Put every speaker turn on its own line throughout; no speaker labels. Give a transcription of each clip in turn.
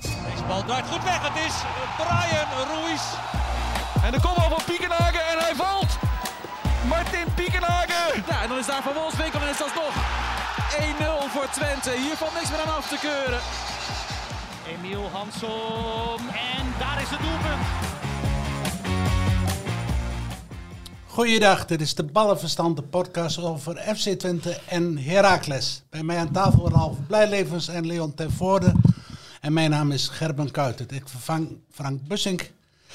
Deze bal draait goed weg. Het is Brian Ruiz.
En de kopbal van Piekenhagen en hij valt. Martin Piekenhagen.
Ja, Nou, en dan is daar Van Wolfswinkel en is alsnog 1-0 voor Twente. Hier valt niks meer aan af te keuren.
Emiel Hansom en daar is het doelpunt.
Goeiedag, dit is de Ballenverstand, de podcast over FC Twente en Heracles. Bij mij aan tafel Ralf Blijlevens en Leon Tervoorde. En mijn naam is Gerben Kuiten. Ik vervang Frank Bussink.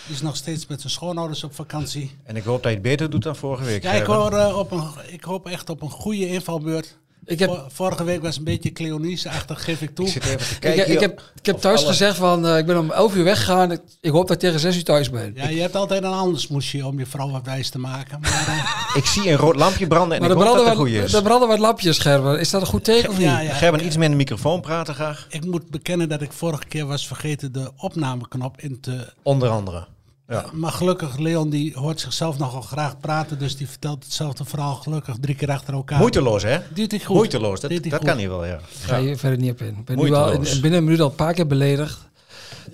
Die is nog steeds met zijn schoonouders op vakantie.
En ik hoop dat je het beter doet dan vorige week.
Ja, ik,
Gerben.
hoor, eh, op een, ik hoop echt op een goede invalbeurt.
Ik heb-
Vor- Vorige week was een beetje Cleonice-achtig, geef ik toe.
Ik zit even te
Ik,
kijken.
ik heb, ik heb
of
thuis
alle-
gezegd van, eh, ik ben om 11 uur weggegaan. Ik, ik hoop dat ik tegen 6 uur thuis ben.
Ja, je hebt altijd een ander smoesje om je vrouw wat wijs te maken. Maar, eh,
Ik zie een rood lampje branden en
maar
ik
er
hoop dat het
branden,
een
wat,
goede is.
er branden wat lapjes, Gerben. Is dat een goed teken of niet?
ja, ja,
Gerben, iets meer in de microfoon praten graag.
ik moet bekennen dat ik vorige keer was vergeten de opnameknop in te
Onder andere. Ja.
Eh, Maar gelukkig, Leon die hoort zichzelf nogal graag praten, dus die vertelt hetzelfde verhaal gelukkig drie keer achter elkaar.
Moeiteloos, hè?
Dit is goed.
Moeiteloos, dat,
Dit is
dat
goed.
kan hier wel, ja.
Ik ga hier verder niet op in. Ik ben nu
Moeiteloos.
al in, in binnen een minuut al een paar keer beledigd.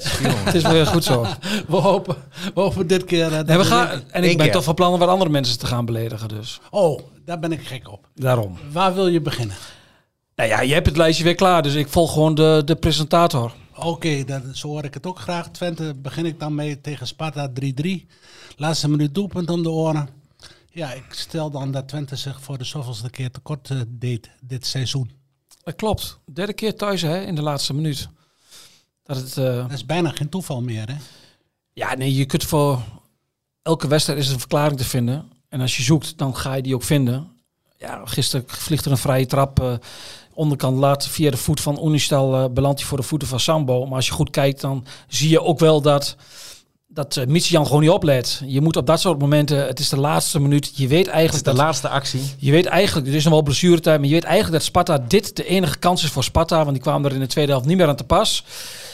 Het is wel weer goed zo.
We hopen, we hopen dit keer... eh, dat
Nee, we
we
gaan, en ik
Eén
ben
keer.
toch van plan om wat andere mensen te gaan beledigen, dus
weer- Oh, daar ben ik gek op.
daarom.
Waar wil je beginnen?
Nou ja, je hebt het lijstje weer klaar, dus ik volg gewoon de, de presentator.
Oké, dat- zo hoor ik het ook graag. Twente begin ik dan mee tegen Sparta 3-3. Laatste minuut doelpunt om de oren. Ja, ik stel dan dat Twente zich voor de zoveelste keer tekort eh, deed dit seizoen.
Dat klopt. Derde keer thuis, hè, in de laatste minuut. Dat het... eh,
Dat is bijna geen toeval meer, hè?
Ja, nee, je kunt voor elke wedstrijd is een verklaring te vinden. En als je zoekt, dan ga je die ook vinden. Ja, gisteren vliegt er een vrije trap. eh, onderkant laat via de voet van Unistel eh belandt hij voor de voeten van Sambo. Maar als je goed kijkt, dan zie je ook wel dat, dat eh, Michian gewoon niet oplet. Je moet op dat soort momenten, het is de laatste minuut. Je weet
Het is
eigenlijk
de
dat
laatste actie.
je weet eigenlijk, er is nog wel blessuretijd, maar je weet eigenlijk dat Sparta dit de enige kans is voor Sparta, want die kwamen er in de tweede helft niet meer aan te pas.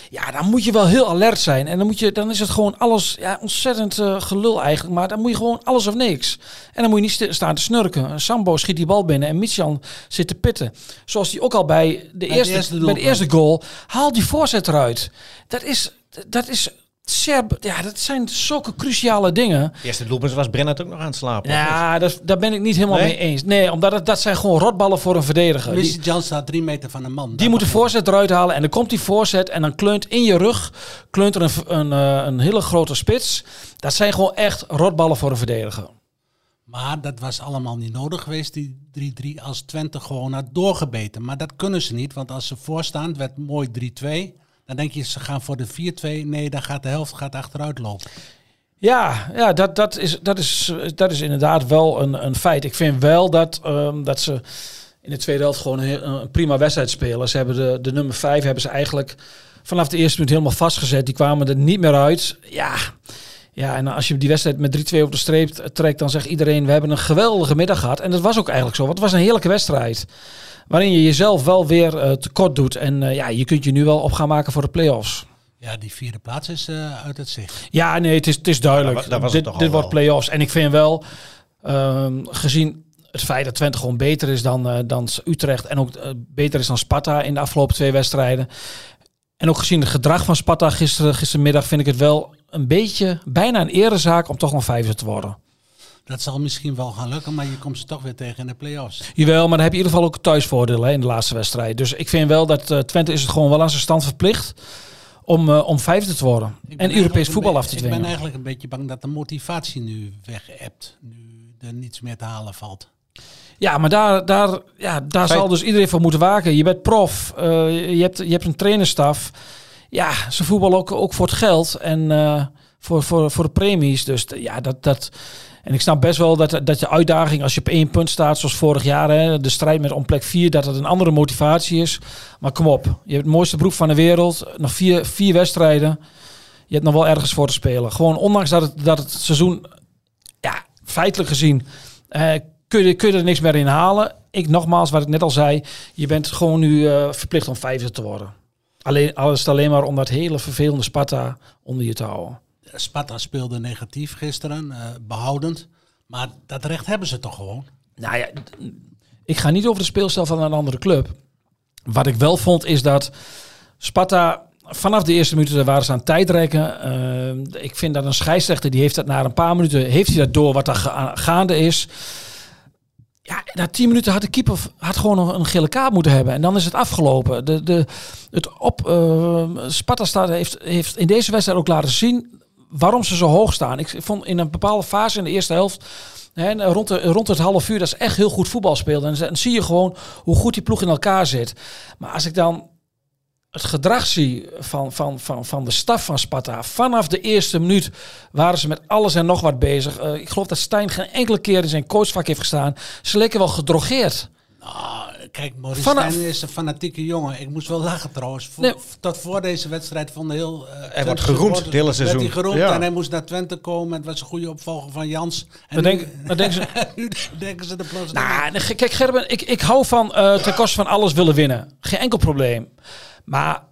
Ja, dan moet je wel heel alert zijn. En dan, moet je, dan is het gewoon alles, ja, ontzettend eh, gelul eigenlijk, maar dan moet je gewoon alles of niks. En dan moet je niet st- staan te snurken. En Sambo schiet die bal binnen en Michian zit te pitten. Zoals die ook al bij de
het
eerste,
eerste
bij
doelpunt.
de eerste goal, haal die voorzet eruit. Dat is, dat is zeer, ja, dat zijn zulke cruciale dingen.
De eerste doelpunt was Brennert ook nog aan het slapen. of niet?
Ja, Nou, dat, daar ben ik niet helemaal
Nee?
mee eens. Nee, omdat het, dat zijn gewoon rotballen voor een verdediger. Die,
Missy Jan staat drie meter van een man.
die moet de voorzet eruit halen en dan komt die voorzet en dan kleunt in je rug kleunt er een, v- een, eh, een hele grote spits. Dat zijn gewoon echt rotballen voor een verdediger.
Maar dat was allemaal niet nodig geweest, die 3-3, als Twente gewoon had doorgebeten. Maar dat kunnen ze niet, want als ze voorstaan, het werd mooi 3-2. Dan denk je, ze gaan voor de 4-2. Nee, dan gaat de helft gaat achteruit lopen.
Ja, ja dat, dat, is, dat, is, dat is inderdaad wel een, een feit. Ik vind wel dat, ehm, dat ze in de tweede helft gewoon een, heel- een prima wedstrijd spelen. Ze hebben de, de nummer vijf hebben ze eigenlijk vanaf de eerste minuut helemaal vastgezet. Die kwamen er niet meer uit. Ja, ja en als je die wedstrijd met 3-2 op de streep trekt, dan zegt iedereen... we hebben een geweldige middag gehad. En dat was ook eigenlijk zo, want het was een heerlijke wedstrijd. Waarin je jezelf wel weer eh, tekort doet. En eh, ja, je kunt je nu wel op gaan maken voor de play-offs.
Ja, die vierde plaats is eh, uit het zicht.
Ja, nee, het is, het is duidelijk.
Ja, maar dat was het
dit
toch al
dit wordt
wel.
play-offs. En ik vind wel, ehm, gezien het feit dat Twente gewoon beter is dan, eh, dan Utrecht... en ook eh, beter is dan Sparta in de afgelopen twee wedstrijden... en ook gezien het gedrag van Sparta gisteren, gistermiddag... vind ik het wel een beetje, bijna een erezaak om toch nog vijfde te worden.
Dat zal misschien wel gaan lukken, maar je komt ze toch weer tegen in de play-offs.
Jawel, maar dan heb je in ieder geval ook een thuisvoordeel hè, in de laatste wedstrijd. Dus ik vind wel dat eh, Twente is het gewoon wel aan zijn stand verplicht... om, eh, om vijfde te worden.
Ik ben
En
eigenlijk
Europees
een
voetbal
be-
af te
Ik
dwingen.
ben eigenlijk een beetje bang dat de motivatie nu weg hebt. Nu er niets meer te halen valt.
Ja, maar daar, daar, ja, daar
Feit-
zal dus iedereen voor moeten waken. Je bent prof, eh, je, hebt, je hebt een trainerstaf. Ja, ze voetballen ook, ook voor het geld en eh, voor, voor, voor de premies. Dus t- ja, dat, dat. En ik snap best wel dat, dat de uitdaging als je op één punt staat, zoals vorig jaar, hè, de strijd met om plek 4, dat het een andere motivatie is. Maar kom op, je hebt het mooiste broek van de wereld. Nog vier, vier wedstrijden. je hebt nog wel ergens voor te spelen. Gewoon ondanks dat het, dat het seizoen, ja, feitelijk gezien, eh, kun, je, kun je er niks meer in halen. Ik nogmaals, wat ik net al zei, je bent gewoon nu eh, verplicht om vijfde te worden. Alleen, alles alleen maar om dat hele vervelende Sparta onder je te houden.
Sparta speelde negatief gisteren, eh, behoudend. Maar dat recht hebben ze toch gewoon?
Nou ja, d- ik ga niet over de speelstijl van een andere club. Wat ik wel vond is dat Sparta vanaf de eerste minuten daar waren ze aan tijdrekken. Eh, ik vind dat een scheidsrechter die heeft dat na een paar minuten heeft hij dat door wat er ga- gaande is. Ja, na tien minuten had de keeper had gewoon nog een gele kaart moeten hebben. En dan is het afgelopen. De, de, het op, eh, Sparta staat, heeft, heeft in deze wedstrijd ook laten zien waarom ze zo hoog staan. Ik vond in een bepaalde fase in de eerste helft Hè, en rond, de- rond het half uur, dat is echt heel goed voetbal speelden. En dan zie je gewoon hoe goed die ploeg in elkaar zit. Maar als ik dan het gedrag zie van, van, van, van de staf van Sparta. Vanaf de eerste minuut waren ze met alles en nog wat bezig. Eh, ik geloof dat Stijn geen enkele keer in zijn coachvak heeft gestaan. Ze leken wel gedrogeerd.
Nou, kijk, Maurice
Vanaf-
Stijn is een fanatieke jongen. Ik moest wel lachen trouwens. Vo-
Nee.
Tot voor deze wedstrijd van de heel... eh, Twente
wordt geroemd
supporters
het hele seizoen.
Werd hij geroemd
Ja.
en hij moest naar Twente komen. Het was een goede opvolger van Jans. En
Dan
nu,
denk, dan denken ze,
nu denken ze de plots...
Nou, nee, ge- kijk Gerben, ik, ik hou van eh ten koste van alles willen winnen. Geen enkel probleem. Maar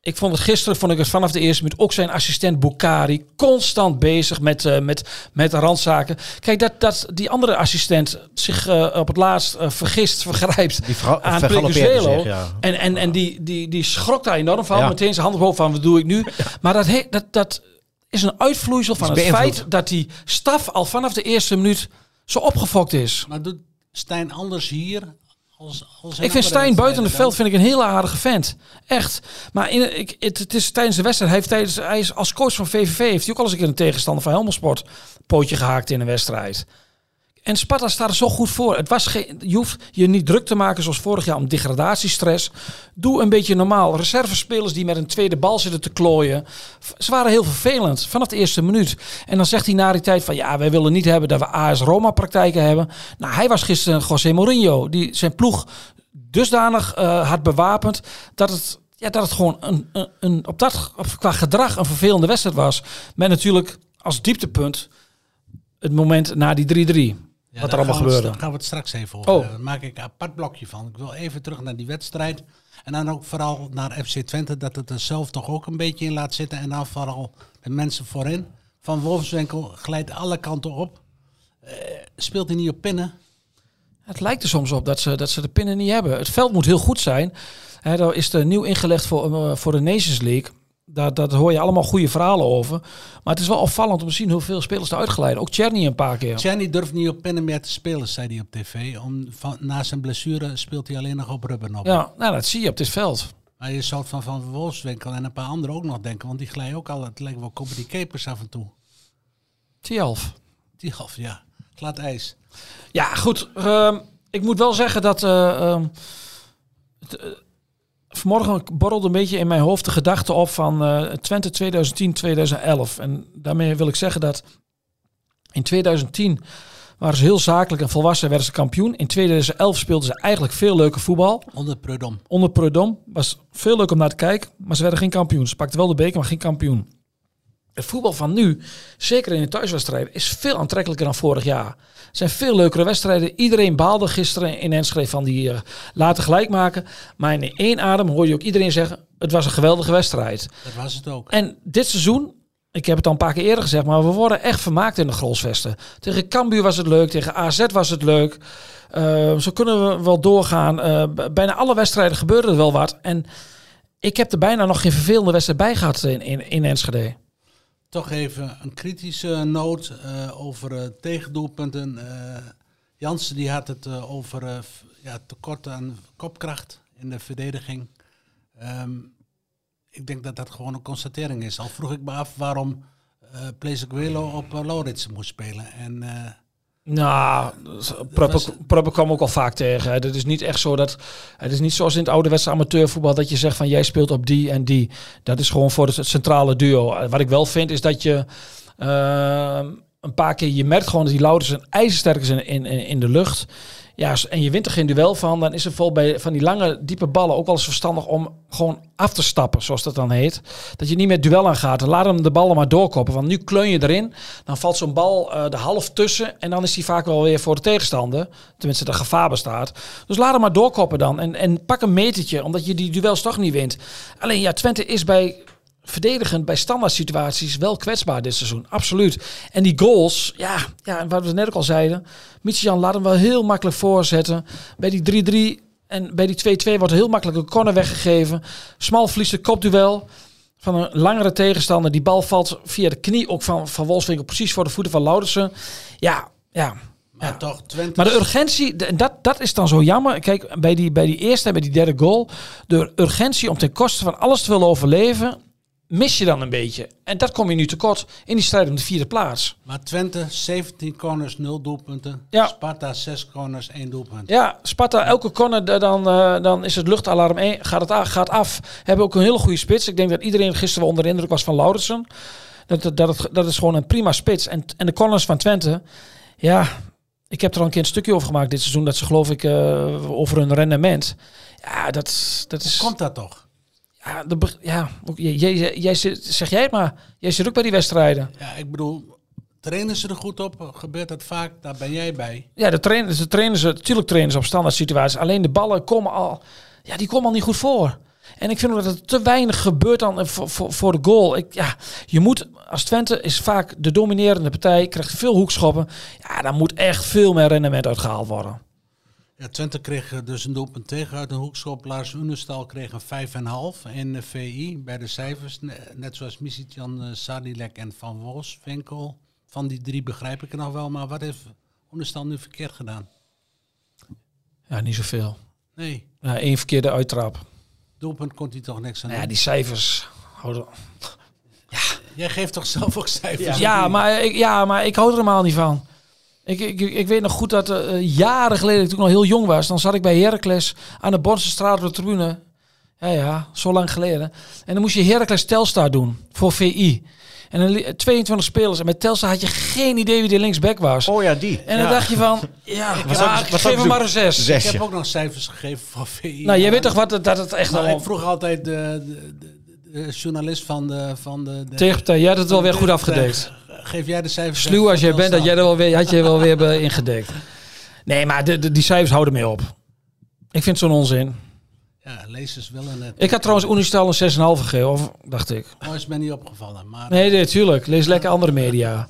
ik vond het gisteren, vond ik het vanaf de eerste minuut, ook zijn assistent Bukari constant bezig met, eh, met, met randzaken. Kijk, dat, dat die andere assistent zich eh, op het laatst eh, vergist, vergrijpt
Die verga-
aan
vergalopeerde
Plecuzelo.
zich, ja.
En, en, en die, die, die schrok daar enorm van.
Ja.
Meteen zijn hand op hoofd van, wat doe ik nu? Maar dat, he- dat, dat is een uitvloeisel van
Is
het
beïnvloed.
feit dat die staf al vanaf de eerste minuut zo opgefokt is.
Maar doet Stijn anders hier? Als, als in
Ik vind
andere
Stijn buiten het
wedstrijden dan?
veld vind ik een hele aardige vent. Echt. Maar in, ik, het, het is tijdens de wedstrijd. Hij, heeft tijdens, hij is als coach van VVV heeft hij ook al eens een keer een tegenstander van Helmersport pootje gehaakt in een wedstrijd. En Sparta staat er zo goed voor. Het was geen, je hoeft je niet druk te maken zoals vorig jaar om degradatiestress. Doe een beetje normaal. Reservespelers die met een tweede bal zitten te klooien. V- Ze waren heel vervelend vanaf de eerste minuut. En dan zegt hij na die tijd van ja, wij willen niet hebben dat we AS Roma praktijken hebben. Nou, hij was gisteren José Mourinho. Die zijn ploeg dusdanig eh, had bewapend dat het, ja, dat het gewoon een, een, een, op dat, op, qua gedrag een vervelende wedstrijd was. Met natuurlijk als dieptepunt het moment na die 3-3.
Ja,
wat er
daar
allemaal
gaan we het-
gebeurde.
Daar gaan we het straks even over
Oh.
hebben. Daar maak ik een apart blokje van. Ik wil even terug naar die wedstrijd. En dan ook vooral naar FC Twente, dat het er zelf toch ook een beetje in laat zitten. En dan vooral de mensen voorin. Van Wolfswinkel glijdt alle kanten op. Eh, speelt hij niet op pinnen?
Het lijkt er soms op dat ze, dat ze de pinnen niet hebben. Het veld moet heel goed zijn. Hè, daar is er nieuw ingelegd voor, eh, voor de Nations League. Daar, daar hoor je allemaal goede verhalen over. Maar het is wel opvallend om te zien hoeveel spelers er uitgeleiden. Ook Cherny een paar keer.
Jenny durft niet op pinnen meer te spelen, zei hij op tv. Om, van, na zijn blessure speelt hij alleen nog op rubber op.
Ja, nou, dat zie je op dit veld.
Maar je zou van Van Wolfswinkel en een paar anderen ook nog denken. Want die glijden ook al, het lijkt wel comedy capers af en toe.
Tjalf.
Die half, ja. Glad ijs.
Ja, goed. Ehm, ik moet wel zeggen dat. eh, ehm, het, eh, vanmorgen borrelde een beetje in mijn hoofd de gedachte op van eh, Twente 2010-2011. En daarmee wil ik zeggen dat. In 2010 waren ze heel zakelijk en volwassen, werden ze kampioen. In 2011 speelden ze eigenlijk veel leuker voetbal.
Onder Prudom.
Onder Prudom was veel leuk om naar te kijken, maar ze werden geen kampioen. Ze pakten wel de beker, maar geen kampioen. Het voetbal van nu, zeker in de thuiswedstrijden, is veel aantrekkelijker dan vorig jaar. Het zijn veel leukere wedstrijden. Iedereen baalde gisteren in Enschede van die eh laten gelijk maken. Maar in één adem hoor je ook iedereen zeggen, het was een geweldige wedstrijd.
Dat was het ook.
En dit seizoen, ik heb het al een paar keer eerder gezegd, maar we worden echt vermaakt in de Grolsvesten. Tegen Cambuur was het leuk, tegen AZ was het leuk. Eh, zo kunnen we wel doorgaan. Eh, b- bijna alle wedstrijden gebeurde er wel wat. En ik heb er bijna nog geen vervelende wedstrijd bij gehad in, in, in Enschede.
Toch even een kritische noot eh, over eh, tegendoelpunten. Eh, Jansen die had het eh, over eh, f- ja, tekort aan kopkracht in de verdediging. Ehm, ik denk dat dat gewoon een constatering is. Al vroeg ik me af waarom eh Plezeguelo op eh, Lauritsen moest spelen. En eh,
Nou, Pruppen
was-
Pruppen kwam ook al vaak tegen. hè. Dat is niet echt zo dat. Het is niet zoals in het ouderwetse amateurvoetbal dat je zegt van jij speelt op die en die. Dat is gewoon voor het centrale duo. Eh, Wat ik wel vind is dat je ehm, een paar keer. Je merkt gewoon dat die Laurens een ijzersterk is in, in, in in de lucht. Ja, als- en je wint er geen duel van. Dan is het vol bij van die lange, diepe ballen ook wel eens verstandig om gewoon af te stappen, zoals dat dan heet. Dat je niet meer het duel aangaat. En laat hem de ballen maar doorkoppen. Want nu kleun je erin. Dan valt zo'n bal eh de half tussen. En dan is die vaak wel weer voor de tegenstander. Tenminste, er gevaar bestaat. Dus laat hem maar doorkoppen dan. En, en pak een metertje, omdat je die duels toch niet wint. Alleen ja, Twente is bij verdedigend bij standaard situaties wel kwetsbaar dit seizoen. Absoluut. En die goals, ja, ja en wat we net ook al zeiden. Michian laat hem wel heel makkelijk voorzetten. Bij die 3-3 en bij die 2-2 wordt heel makkelijk een corner weggegeven. Smal verliest de kopduel van een langere tegenstander. Die bal valt via de knie ook van, van Wolfswinkel precies voor de voeten van Laudersen. Ja, ja.
Maar
ja.
toch, Twente...
Maar de urgentie, de- en dat, dat is dan zo jammer. Kijk, bij die, bij die eerste en bij die derde goal, de urgentie om ten koste van alles te willen overleven, mis je dan een beetje. En dat kom je nu tekort in die strijd om de vierde plaats.
Maar Twente, 17 corners, 0 doelpunten.
Ja.
Sparta, 6 corners, 1 doelpunt.
Ja, Sparta, elke corner, da- dan, eh, dan is het luchtalarm één, gaat, het a- gaat af. Hebben ook een hele goede spits. Ik denk dat iedereen gisteren wel onder de indruk was van Lauritsen. Dat, dat, dat, het- dat is gewoon een prima spits. En, en de corners van Twente, ja, ik heb er al een keer een stukje over gemaakt dit seizoen. Dat ze geloof ik eh, over hun rendement. Ja, dat, dat is...
Komt dat toch?
Ja, de, beg- ja ook- jij, jij, jij zit- zeg jij het maar. Jij zit ook bij die wedstrijden.
Ja, ik bedoel, trainen ze er goed op? Gebeurt dat vaak? Daar ben jij bij.
Ja, de trainers, de trainers, natuurlijk trainen ze op standaard situaties. Alleen de ballen komen al, ja, die komen al niet goed voor. En ik vind ook dat er te weinig gebeurt dan eh, voor, voor, voor de goal. Ik, ja, je moet, als Twente is vaak de dominerende partij, krijgt veel hoekschoppen. Ja, daar moet echt veel meer rendement uit gehaald worden.
Ja, Twente kreeg eh, dus een doelpunt tegen uit een hoekschop. Lars Unestal kreeg een 5,5 in de VI bij de cijfers. Ne- Net zoals Misitjan eh, Sadilek en Van Wolfswinkel. Van die drie begrijp ik er nog wel, maar wat heeft Unestal nu verkeerd gedaan?
Ja, niet zoveel.
Nee,
Ja, één verkeerde uittrap.
doelpunt kon hij toch niks aan
Nou Ja,
doen.
die cijfers houden...
Jij geeft toch zelf ook cijfers?
Ja, maar ik, ja, maar ik hou er helemaal niet van. Ik, ik, ik weet nog goed dat eh, jaren geleden, toen ik nog heel jong was, dan zat ik bij Heracles aan de Borstenstraat op de tribune. Ja, ja, zo lang geleden. En dan moest je Heracles Telstar doen voor VI. En dan li- 22 spelers. En met Telstar had je geen idee wie de linksback was.
Oh ja, die.
en dan
Ja.
dacht je van, ja,
Was
ja,
ook- was
geef
ook
hem maar een zes.
Ik heb
Zesje.
ook nog cijfers gegeven voor VI.
Nou, jij weet
Maar-
toch wat, het- dat het echt
Nou,
al...
ik vroeg altijd de, de- de- de journalist van de... Van de, de
Tegenpartij, jij had het wel weer goed
Eh,
afgedekt.
Geef jij de cijfers?
Sluw als jij
Stel
bent, dat
staan.
jij er wel weer, had je er wel weer bij ingedekt. Nee, maar de, de- die cijfers houden mee op. Ik vind het zo'n onzin.
Ja, lezers willen het.
Ik had trouwens Unistel een 6,5 gegeven, of dacht ik.
Oh, is mij niet opgevallen, maar
Nee, nee, tuurlijk. Lees lekker andere media.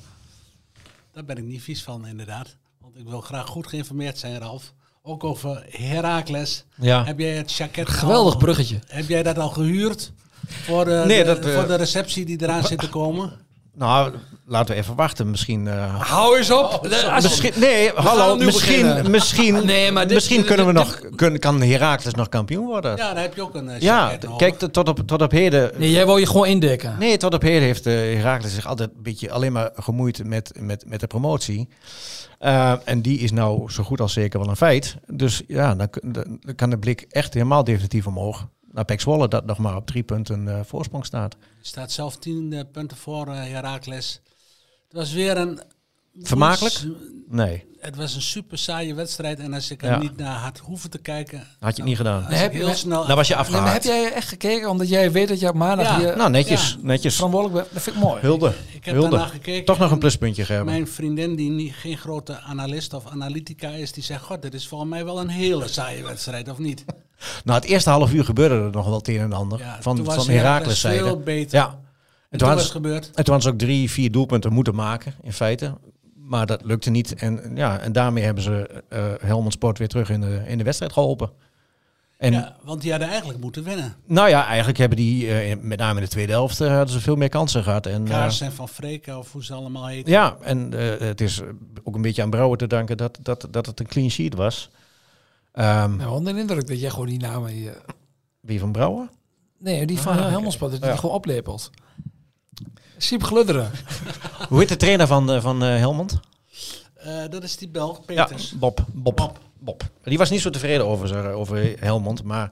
daar ben ik niet vies van inderdaad. Want ik wil graag goed geïnformeerd zijn, Ralf. Ook over Herakles.
Ja.
Heb jij het jacket
Geweldig
al-
bruggetje.
Heb jij dat al gehuurd? Voor de,
Nee,
de-
dat, eh,
voor de receptie die eraan zit te komen?
Nou, laten we even wachten. Misschien...
Ah,
eh,
Hou eens op.
Misschien, nee, hallo,
nu
misschien,
beginnen.
misschien,
Ah, Nee, maar dit-
misschien
dit-
kunnen we
dit-
nog, kunnen, kan Herakles nog kampioen worden. Ja,
Ja, daar heb je ook een eh, jacket nodig.
kijk, t- tot op, tot op heden...
Nee, jij wil je gewoon indekken.
Nee, tot op heden heeft eh, Heracles zich altijd een beetje alleen maar gemoeid met, met, met de promotie. Eh, en die is nou zo goed als zeker wel een feit. Dus ja, dan, kun- dan dan kan de blik echt helemaal definitief omhoog. Naar Pek Zwolle dat nog maar op drie punten eh, voorsprong staat.
Je staat zelf tien eh, punten voor eh Herakles. Het was weer een...
Vermakelijk? Nee,
Het was een super saaie wedstrijd. En als ik er
Ja.
niet naar had hoeven te kijken...
had je het niet gedaan.
was
heb
ik
je- Nou,
heel snel...
Dan was je
Nee, maar
afgehaakt.
heb jij echt gekeken omdat jij weet dat je op maandag
Ja.
hier
Nou, netjes, netjes.
verantwoordelijk bent? Dat vind ik mooi.
Hulde,
heb
hulde.
daarna gekeken
Toch nog een
en
pluspuntje, Gerben.
Mijn vriendin, die niet, geen grote analist of analytica is, die zegt: God, dit is volgens mij wel een hele saaie wedstrijd, of niet?
Nou, het eerste half uur gebeurde er nog wel het een en ander.
Ja,
van
toen was
van
Heracles
Heracles zijde.
veel beter.
Ja. En,
En
toen
toen
hadden
was
ze-
het gebeurd.
en toen hadden ze ook drie, vier doelpunten moeten maken, in feite. Maar dat lukte niet. En, ja, en daarmee hebben ze eh Helmond Sport weer terug in de, in de wedstrijd geholpen. En
Ja, want die hadden eigenlijk moeten winnen.
nou ja, eigenlijk hebben die, eh, in- met name in de tweede helft, eh, hadden ze veel meer kansen gehad. En, eh,
Kaars en Van Freken, of hoe ze allemaal heten.
ja, en eh, het is ook een beetje aan Brouwer te danken dat, dat, dat het een clean sheet was. Ehm,
Nou, onder de indruk dat jij gewoon die namen hier...
Wie van Brouwer?
Nee, die van ah, Helmelspad, dat je die gewoon oplepelt. Siep gludderen.
Hoe heet de trainer van, eh, van eh, Helmond?
Eh, dat is die Belg,
Ja,
Peters.
Bob, Bob. Bob. Die was niet zo tevreden over, ze- over Helmond, eh, maar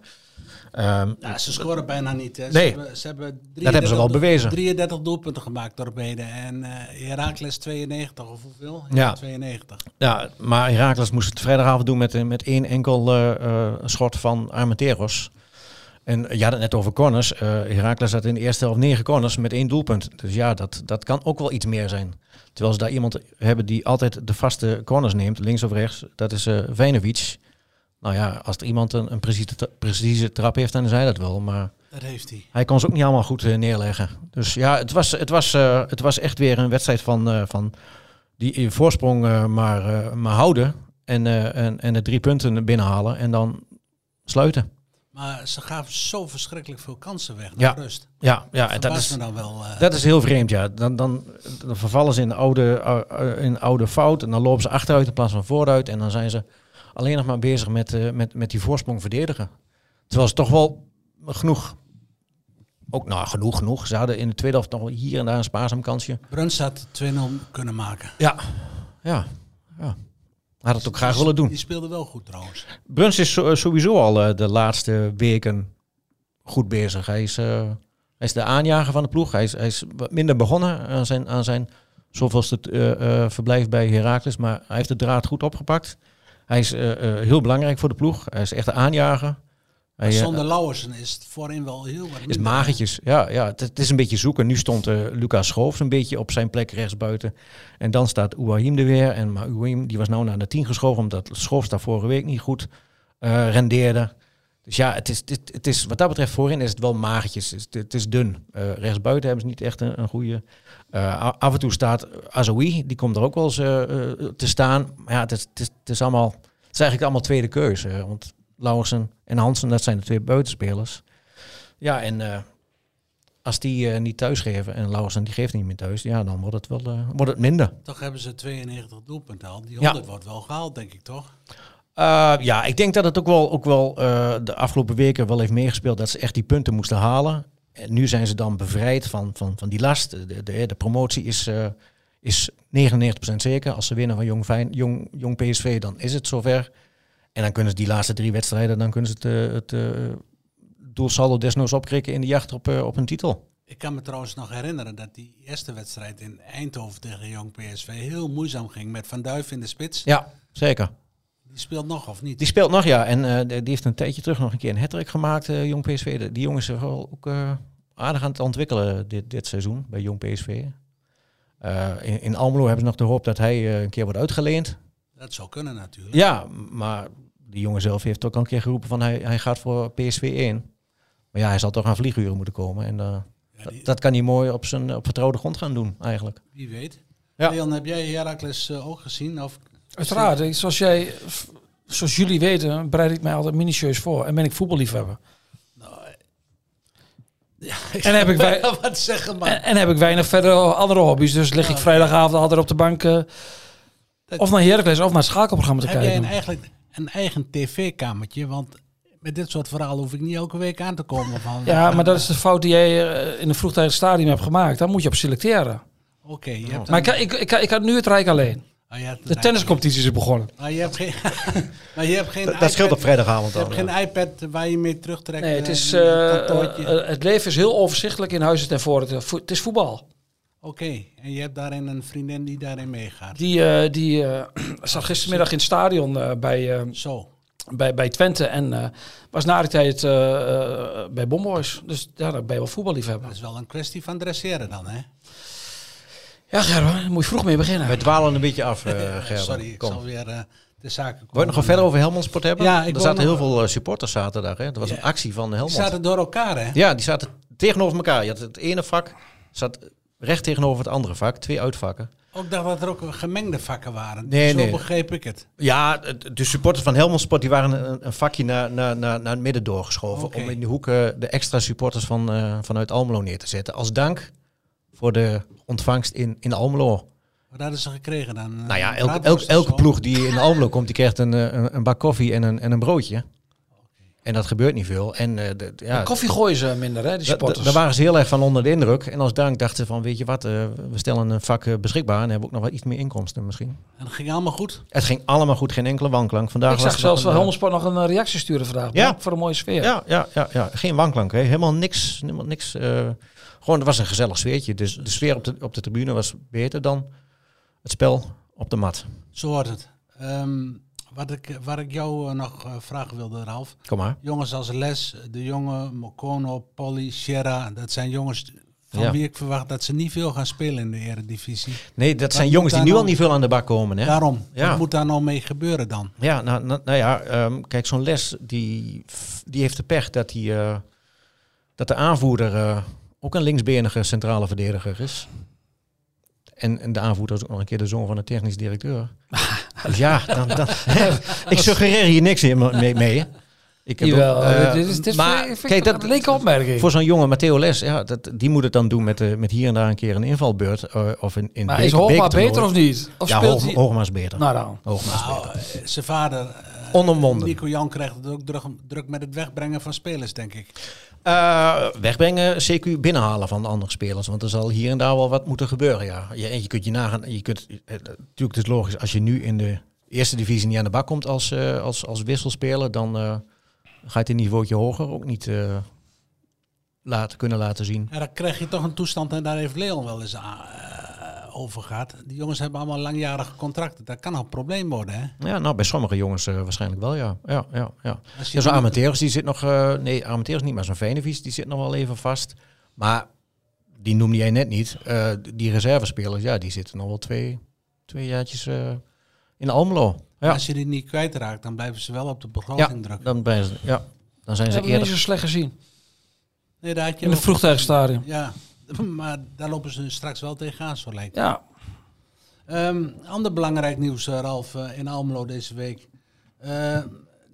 Ehm,
Ja, ze scoren bijna niet. Hè. Ze
Nee.
hebben, ze hebben 33,
hebben ze wel
doel-
bewezen.
33 doelpunten gemaakt door beide. En eh Herakles 92 of hoeveel?
Ja.
92.
ja, maar Herakles moest het vrijdagavond doen met, eh, met één enkel eh, eh, schot van Armenteros. En eh, je had het net over corners. Eh Herakles had in de eerste helft negen corners met één doelpunt. Dus ja, dat, dat kan ook wel iets meer zijn. Terwijl ze daar iemand hebben die altijd de vaste corners neemt, links of rechts. Dat is eh Venovic. Nou ja, als er iemand een, een precieze, tra- precieze trap heeft, dan is hij dat wel. Maar
Dat heeft hij.
Hij kon ze ook niet allemaal goed eh, neerleggen. Dus ja, het was, het was, eh, het was echt weer een wedstrijd van, eh, van die eh, voorsprong eh, maar, eh, maar houden. En, eh, en, en de drie punten binnenhalen en dan sluiten.
Maar ze gaven zo verschrikkelijk veel kansen weg
Ja.
naar rust.
Ja, ja en
Dat
dat,
was
is,
me dan wel. eh,
dat is heel vreemd. Ja. Dan, dan, dan vervallen ze in oude, eh, eh, in oude fout. En dan lopen ze achteruit in plaats van vooruit. En dan zijn ze alleen nog maar bezig met, eh, met, met die voorsprong verdedigen. Terwijl ze toch wel genoeg. Ook nou, genoeg, genoeg. Ze hadden in de tweede helft nog wel hier en daar een spaarzaam kansje.
Bruns had 2-0 kunnen maken.
Ja, ja, ja. Had het ook graag willen doen.
Die speelde wel goed trouwens.
Bruns is zo- sowieso al eh, de laatste weken goed bezig. Hij is, eh, hij is de aanjager van de ploeg. Hij is, hij is wat minder begonnen aan zijn, aan zijn zoveelste eh, eh, verblijf bij Heracles. Maar hij heeft de draad goed opgepakt. Hij is eh, eh, heel belangrijk voor de ploeg. Hij is echt de aanjager. Hij,
Maar
eh,
zonder Lauwersen is het voorin wel heel wat
is
minder.
magertjes. Ja, ja het, het is een beetje zoeken. Nu stond eh Lucas Schoofs een beetje op zijn plek rechtsbuiten. En dan staat Ouahim er weer. En, maar Ouahim die was nou naar de 10 geschoven omdat Schoofs daar vorige week niet goed eh, rendeerde. Dus ja, het is, het, het is, wat dat betreft voorin is het wel magertjes. Het, is- het is dun. Eh rechtsbuiten hebben ze niet echt een, een goede. Eh, a- af en toe staat Azoui, die komt er ook wel eens eh, eh, te staan. Maar ja, het is, het, is, het is allemaal, het is eigenlijk allemaal tweede keuze. eh, Want Lauwersen en Hansen, dat zijn de twee buitenspelers. Ja, en eh, als die eh, niet thuis geven en Lauwersen die geeft niet meer thuis, ja, dan wordt het wel eh, wordt het minder.
Toch hebben ze 92 doelpunten al. Die
Ja.
100 wordt wel gehaald, denk ik toch?
Eh, ja, ik denk dat het ook wel, ook wel eh, de afgelopen weken wel heeft meegespeeld dat ze echt die punten moesten halen. En nu zijn ze dan bevrijd van, van, van die last. De, de, de promotie is, eh, is 99% zeker. Als ze winnen van Jong, Fijn, Jong, Jong PSV, dan is het zover. En dan kunnen ze die laatste drie wedstrijden, dan kunnen ze het, eh, het eh, doelsaldo desnoods opkrikken in de jacht op, eh, op een titel.
Ik kan me trouwens nog herinneren dat die eerste wedstrijd in Eindhoven tegen Jong PSV heel moeizaam ging met Van Duif in de spits.
Ja, zeker.
Die speelt nog of niet?
Die speelt nog, ja. En eh, die heeft een tijdje terug nog een keer een hat gemaakt, eh, Jong PSV. De- Die jongen is wel ook eh, aardig aan het ontwikkelen dit, dit seizoen bij Jong PSV. Eh, in, in Almelo hebben ze nog de hoop dat hij eh, een keer wordt uitgeleend.
Dat zou kunnen natuurlijk.
Ja, maar die jongen zelf heeft ook al een keer geroepen van hij, hij gaat voor PSV 1. Maar ja, hij zal toch aan vlieguren moeten komen. En eh,
Ja,
dat,
die-
dat kan hij mooi op zijn op vertrouwde grond gaan doen eigenlijk.
Wie weet.
Ja.
Leon, heb jij Heracles eh, ook gezien? Of
Uiteraard, hè, zoals, jij, f- zoals jullie weten, bereid ik mij altijd minutieus voor en ben ik voetballiefhebber.
Nou,
en, heb ik wei-
wat zeggen eh, maar?
Eh,
en, en heb ik weinig verder andere hobby's, dus lig ik vrijdagavond altijd op de bank eh, of naar Heracles of naar het schakelprogramma te
heb jij een,
kijken.
eigenlijk een eigen tv-kamertje? Want met dit soort verhalen hoef ik niet elke week aan te komen. Van,
Ja, maar dat is de fout die jij eh, in een vroegtijdig stadium hebt gemaakt. Daar moet je op selecteren.
Oké, je hebt
Maar ik, ik, ik, ik had nu het Rijk alleen.
Oh, je hebt
De tenniscompetitie is begonnen.
Maar je hebt geen, maar je hebt geen
Dat, dat scheelt op
iPad-
vrijdagavond
Je hebt
al.
geen
ja.
iPad waar je mee terugtrekt.
Nee, het,
eh,
is,
een
eh,
kantoortje.
eh, het leven is heel overzichtelijk in huizen ten voren. Het vo- het is voetbal.
Oké, en je hebt daarin een vriendin die daarin meegaat.
Die, eh, die eh, zat gistermiddag in het stadion eh, bij, eh,
Zo.
bij, bij Twente en eh, was na die tijd eh, eh, bij Bomboys. Dus ja, daar ben je wel voetballiefhebber.
Dat is wel een kwestie van dresseren dan,
Eh,
hè?
Ja, Gerben, daar moet je vroeg mee beginnen.
We dwalen een beetje af, eh Gerben.
Sorry, ik
Kom.
zal weer eh, de zaken komen.
Wil je het nog wel verder over Helmond Sport hebben?
Ja, ik
er
wil
zaten
nog-
heel veel eh, supporters zaterdag. Hè? Er was
Ja.
een actie van
Die
Helmond.
zaten door elkaar, hè?
Ja, die zaten tegenover elkaar. Je had het ene vak zat recht tegenover het andere vak. Twee uitvakken.
Ook dacht dat er ook gemengde vakken waren.
Nee,
Zo
nee.
begreep ik het.
Ja, het- de supporters van Helmond Sport die waren een, een vakje naar, naar, naar, naar het midden doorgeschoven.
Oké.
Om in de hoek eh, de extra supporters van, eh, vanuit Almelo neer te zetten. Als dank voor de ontvangst in, in Almelo.
Wat hadden ze gekregen dan? eh,
Nou ja, elke,
braadworst
elke,
of
elke
zo?
ploeg die in Almelo komt, die krijgt een, eh, een, een bak koffie en een, en een broodje. En dat gebeurt niet veel. En eh, dat- ja,
Maar koffie gooien ze minder, hè,
da-
die
da-
supporters.
daar waren ze heel erg van onder de indruk. En als dank dachten ze van, weet je wat, eh, we stellen een vak eh, beschikbaar en hebben ook nog wat iets meer inkomsten misschien.
En dat ging allemaal goed.
Het ging allemaal goed, geen enkele wanklank. Vandaag
ik
was
zag
het
zelfs
nog
wel
een, eh,
Helmersport nog een eh, reactie sturen vandaag.
Ja.
Bedankt Voor een mooie sfeer.
Ja, ja, ja, ja. geen wanklank. Hè. Helemaal niks. Helemaal niks eh, gewoon, het was een gezellig sfeertje. Dus de sfeer op de, op de tribune was beter dan het spel op de mat.
Zo wordt het. Ehm, wat ik, waar ik jou eh, nog eh, vragen wilde, Ralf.
Kom maar.
Jongens als Les, De Jonge, Mokono, Polly, Sierra. Dat zijn jongens van
Ja.
wie ik verwacht dat ze niet veel gaan spelen in de eredivisie.
Nee, dat zijn
moet
jongens die
daar
nu al
nou-
niet veel aan de bak komen. Hè?
Daarom.
Ja.
Wat moet daar nou mee gebeuren dan?
Ja, nou, nou, nou ja, ehm, kijk, zo'n les die, die heeft de pech dat, die, eh, dat de aanvoerder eh, ook een linksbenige centrale verdediger is. En, en de aanvoerder is ook nog een keer de zoon van de technisch directeur. Dus ja, dan, dan, ik suggereer hier niks in me- mee. mee. Ik heb
Jawel,
ook, eh,
dit is, dit is
maar
vind ik
kijk,
een
dat,
leuke opmerking.
voor zo'n jongen, Matteo Les, ja, dat, die moet het dan doen met, eh, met hier en daar een keer een invalbeurt. eh, of in, in
maar
beker-
is Hoogma
bekertoernooi.
beter of niet? Of
Ja,
speelt
Hoog-
hij...
Hoogma is beter.
Nou dan.
Hoogma is beter.
Nou, eh, zijn vader, eh,
Onomwonden.
Nico Jan, krijgt het ook druk, druk met het wegbrengen van spelers, denk ik.
Eh, wegbrengen, CQ binnenhalen van de andere spelers. Want er zal hier en daar wel wat moeten gebeuren. Ja. Je, en je kunt je nagaan. Je kunt, eh, eh, natuurlijk, het is logisch. Als je nu in de eerste divisie niet aan de bak komt als, eh, als, als wisselspeler. dan eh, ga je het een niveautje hoger ook niet eh, laten, kunnen laten zien.
En dan krijg je toch een toestand, en daar heeft Leon wel eens aan, eh, over gehad. Die jongens hebben allemaal langjarige contracten. Dat kan al een probleem worden, hè?
Ja, nou, bij sommige jongens eh, waarschijnlijk wel, ja. Ja, ja, ja.
Als je
ja zo'n
dan-
Armenteros, die zit nog... eh, nee, Armenteros niet, maar zo'n Venevies, die zit nog wel even vast. Maar, die noemde jij net niet. eh, die reservespelers, ja, die zitten nog wel twee, twee jaartjes eh, in Almelo. Ja,
Als je die niet kwijtraakt, dan blijven ze wel op de
ja,
begroting drukken.
dan, bij, ja, dan zijn
Dat
ze
hebben we niet zo
eerder...
slecht gezien.
Nee, daar had je
In het
ook-
vroegtijdig stadium.
Ja, maar daar lopen ze straks wel tegenaan, zo lijkt
Ja.
Ehm, ander belangrijk nieuws, eh, Ralf, eh, in Almelo deze week. Eh,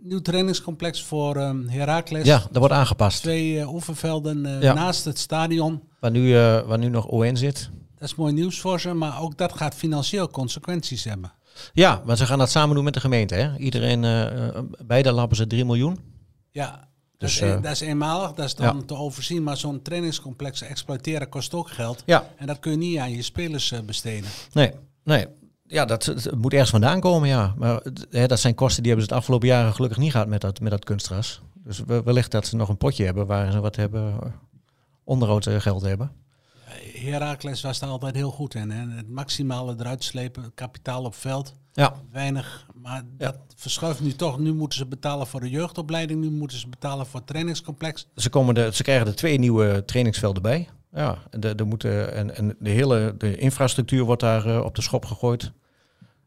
nieuw trainingscomplex voor ehm Heracles.
Ja, dat wordt aangepast.
Twee eh, oefenvelden eh,
Ja.
naast het stadion.
Waar nu, eh, waar nu nog ON zit.
Dat is mooi nieuws voor ze, maar ook dat gaat financieel consequenties hebben.
Ja, want ze gaan dat samen doen met de gemeente, hè. Iedereen, eh, eh, beide lappen ze 3 miljoen.
Ja,
Dus,
dat, is,
eh,
dat is eenmalig, dat is dan
ja.
te overzien. Maar zo'n trainingscomplex exploiteren kost ook geld.
Ja,
En dat kun je niet aan je spelers eh, besteden.
Nee, nee. Ja, dat, het moet ergens vandaan komen, ja. Maar het- hè, dat zijn kosten die hebben ze het afgelopen jaren gelukkig niet gehad met dat, met dat kunstgras. Dus we- wellicht dat ze nog een potje hebben waar ze wat hebben, eh, onderhoud eh, geld hebben.
Heracles was daar altijd heel goed in. Hè? Het maximale eruit slepen, kapitaal op veld.
Ja,
weinig. Maar dat verschuift nu toch. Nu moeten ze betalen voor de jeugdopleiding. Nu moeten ze betalen voor het trainingscomplex.
ze, komen de, ze krijgen er twee nieuwe trainingsvelden bij. Ja, en de, de moeten, en, en de hele de infrastructuur wordt daar eh, op de schop gegooid.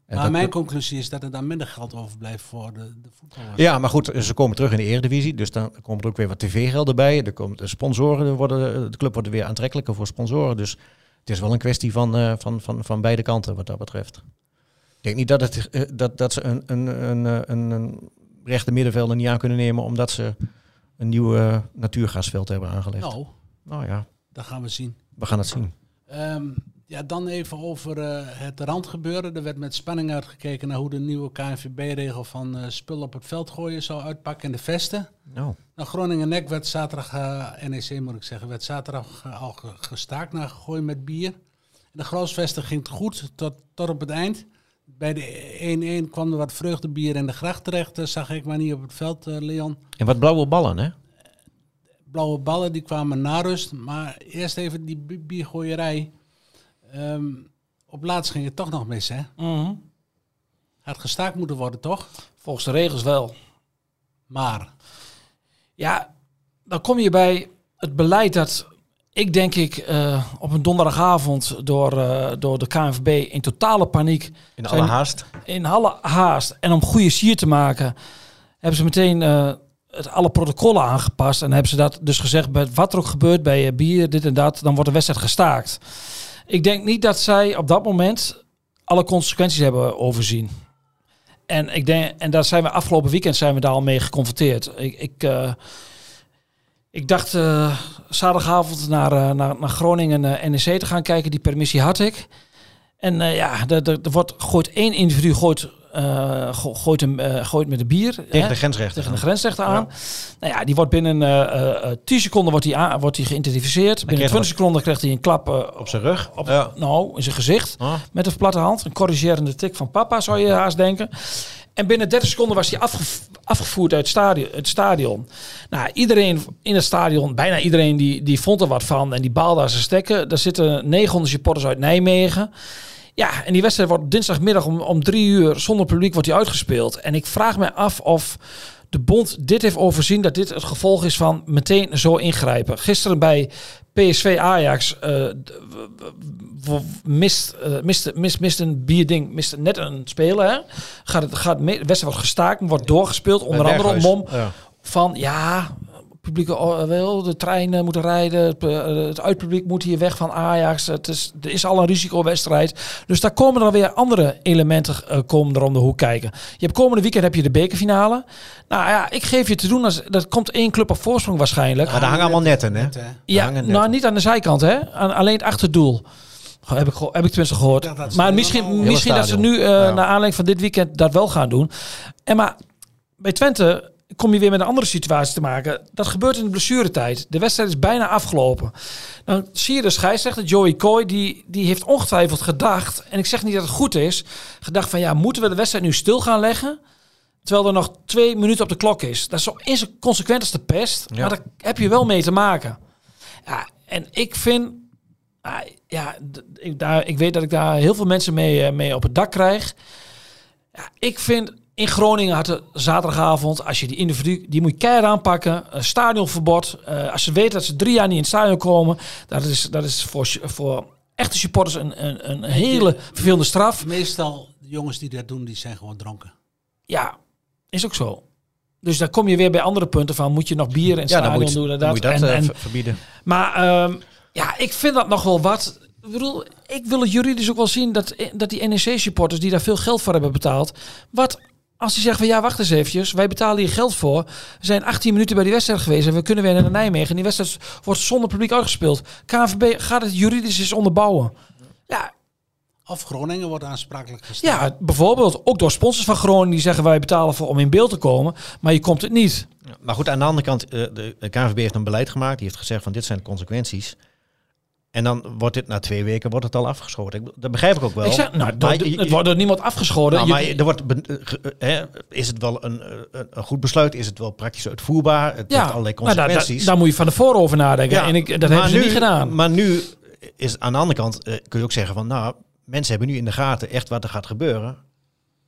En
maar
dat-
mijn conclusie is dat er dan minder geld overblijft voor de, de voetballers.
Ja, maar goed, ze komen terug in de Eredivisie. Dus dan komt er ook weer wat tv-gelden bij. Er komt eh, sponsoren, er worden, de club wordt weer aantrekkelijker voor sponsoren. Dus het is wel een kwestie van, eh, van, van, van beide kanten wat dat betreft. Ik denk niet dat, het, eh, dat, dat ze een, een, een, eh, een, een rechte middenvelder niet aan kunnen nemen... omdat ze een nieuw eh, natuurgasveld hebben aangelegd. Nou.
Nou,
ja,
dat gaan we zien.
we gaan het zien.
Ehm, ja, dan even over eh, het randgebeuren. Er werd met spanning uitgekeken naar hoe de nieuwe KNVB-regel van eh spul op het veld gooien zou uitpakken in de vesten.
Nou,
Nou, Groningen-Nek werd zaterdag, eh, NEC moet ik zeggen, werd zaterdag eh, al ge- gestaakt naar gegooid met bier. En de grasvesten ging het goed tot, tot op het eind. Bij de 1-1 kwam er wat vreugdebier in de gracht terecht. eh, zag ik maar niet op het veld, eh, Leon.
en wat blauwe ballen, hè?
Blauwe ballen die kwamen na rust. Maar eerst even die bi- biergooierij. Ehm, op laatst ging het toch nog mis, hè?
Mhm.
Had gestaakt moeten worden, toch?
Volgens de regels wel.
Maar
Ja, dan kom je bij het beleid dat ik denk ik eh, op een donderdagavond door, eh, door de KNVB in totale paniek,
In
alle Zijn-
haast.
in alle haast en om goede sier te maken, hebben ze meteen eh, het, alle protocollen aangepast. En hebben ze dat dus gezegd, bij wat er ook gebeurt bij eh, bier, dit en dat, dan wordt de wedstrijd gestaakt. Ik denk niet dat zij op dat moment alle consequenties hebben overzien. En, ik denk, en daar zijn we afgelopen weekend zijn we daar al mee geconfronteerd. Ik, ik, eh, ik dacht eh, zaterdagavond naar, eh, naar, naar Groningen eh, NEC te gaan kijken. Die permissie had ik. En eh, ja, er, er, er wordt, gooit één individu gooit eh, go- gooit, hem, eh, gooit met de bier.
Tegen
hè,
de grensrechter.
tegen de grensrechter aan. Nou ja, die wordt binnen eh, eh, 10 seconden wordt hij aan- wordt hij geïdentificeerd. binnen
krijgt
20 seconden krijgt hij een klap eh,
Op zijn rug.
op,
Ja.
nou, in zijn gezicht.
Ah.
Met een platte hand. Een corrigerende tik van papa, zou je haast denken. En binnen 30 seconden was hij afge- afgevoerd uit het stadion, het stadion. Nou, iedereen in het stadion, bijna iedereen, die, die vond er wat van. En die baalde aan zijn stekken. Daar zitten 900 supporters uit Nijmegen. Ja, en die wedstrijd wordt dinsdagmiddag om, om drie uur zonder publiek wordt die uitgespeeld. En ik vraag me af of de bond dit heeft overzien dat dit het gevolg is van meteen zo ingrijpen. Gisteren bij PSV Ajax eh, d- w- w- w- mist, eh, mist, mist, mist een bierding, mist net een speler. Hè? Gaat, het- gaat, mee- de wedstrijd wordt gestaakt, wordt doorgespeeld. Onder andere om mom
Ja.
van ja, publieke o- eh, wel, de treinen moeten rijden, het, eh, het uitpubliek moet hier weg van Ajax. Het is, er is al een risicowedstrijd. Dus daar komen dan weer andere elementen eh, komen er om de hoek kijken. Je hebt komende weekend heb je de bekerfinale. Nou ja, ik geef je te doen, als, dat komt één club op voorsprong waarschijnlijk.
Maar daar hangen allemaal netten, hè?
hè?
Ja,
hangen
nou
netten.
niet aan de zijkant, hè? Aan, alleen het achterdoel. Goh, Heb ik, geho- heb ik tenminste gehoord.
Ja, dat is
maar
helemaal-
misschien,
Hele
misschien dat ze nu,
stadion.
eh
Ja.
naar aanleiding van dit weekend, dat wel gaan doen. En maar bij Twente kom je weer met een andere situatie te maken. Dat gebeurt in de blessuretijd. De wedstrijd is bijna afgelopen. Dan zie je de scheidsrechter, Joey Coy, die, die heeft ongetwijfeld gedacht... en ik zeg niet dat het goed is... gedacht van ja, moeten we de wedstrijd nu stil gaan leggen... Terwijl er nog twee minuten op de klok is. Dat is zo is consequent als de pest.
Ja.
Maar daar heb je wel mee te maken. Ja, en ik vind... ah, ja, d- ik, daar, ik weet dat ik daar heel veel mensen mee, eh, mee op het dak krijg. Ja, ik vind... In Groningen had er zaterdagavond, als je die individu, die moet je keihard aanpakken. Een stadionverbod. Eh, als ze weten dat ze drie jaar niet in het stadion komen, dat is, dat is voor, voor echte supporters een, een, een hele vervelende straf.
Meestal, de jongens die dat doen, die zijn gewoon dronken.
Ja, is ook zo. Dus daar kom je weer bij andere punten van. Moet je nog bier in het
Ja, dan
stadion
moet je,
doen? en
dan moet je dat
en,
eh,
en-
ver- verbieden.
maar ehm, ja, ik vind dat nog wel wat. Ik bedoel, ik wil het juridisch ook wel zien dat, dat die NEC-supporters die daar veel geld voor hebben betaald. Wat als die zeggen van ja, wacht eens eventjes, wij betalen hier geld voor. We zijn 18 minuten bij die wedstrijd geweest en we kunnen weer naar Nijmegen. En die wedstrijd wordt zonder publiek uitgespeeld. KNVB gaat het juridisch eens onderbouwen. Ja,
Of Groningen wordt aansprakelijk gesteld.
ja, bijvoorbeeld ook door sponsors van Groningen die zeggen wij betalen voor om in beeld te komen, maar je komt het niet.
Ja, Maar goed, aan de andere kant, eh, de de KNVB heeft een beleid gemaakt. Die heeft gezegd van dit zijn de consequenties. En dan wordt dit na twee weken wordt het al afgeschoten. Ik bedoel, dat begrijp ik ook wel.
ik zeg, nou,
Maar
door-
je- je-
het wordt door niemand afgeschoten.
Nou,
Je-
maar er wordt ben- eh, ge- eh, hè, is het wel een, eh, een- een goed besluit? Is het wel praktisch uitvoerbaar? Het heeft allerlei
nou, daar-
consequenties.
daar, daar moet je van tevoren over nadenken. En ik, dat
maar
hebben ze
nu-
niet gedaan.
Maar nu is het aan de andere kant, eh, kun je ook zeggen van, nou, mensen hebben nu in de gaten echt wat er gaat gebeuren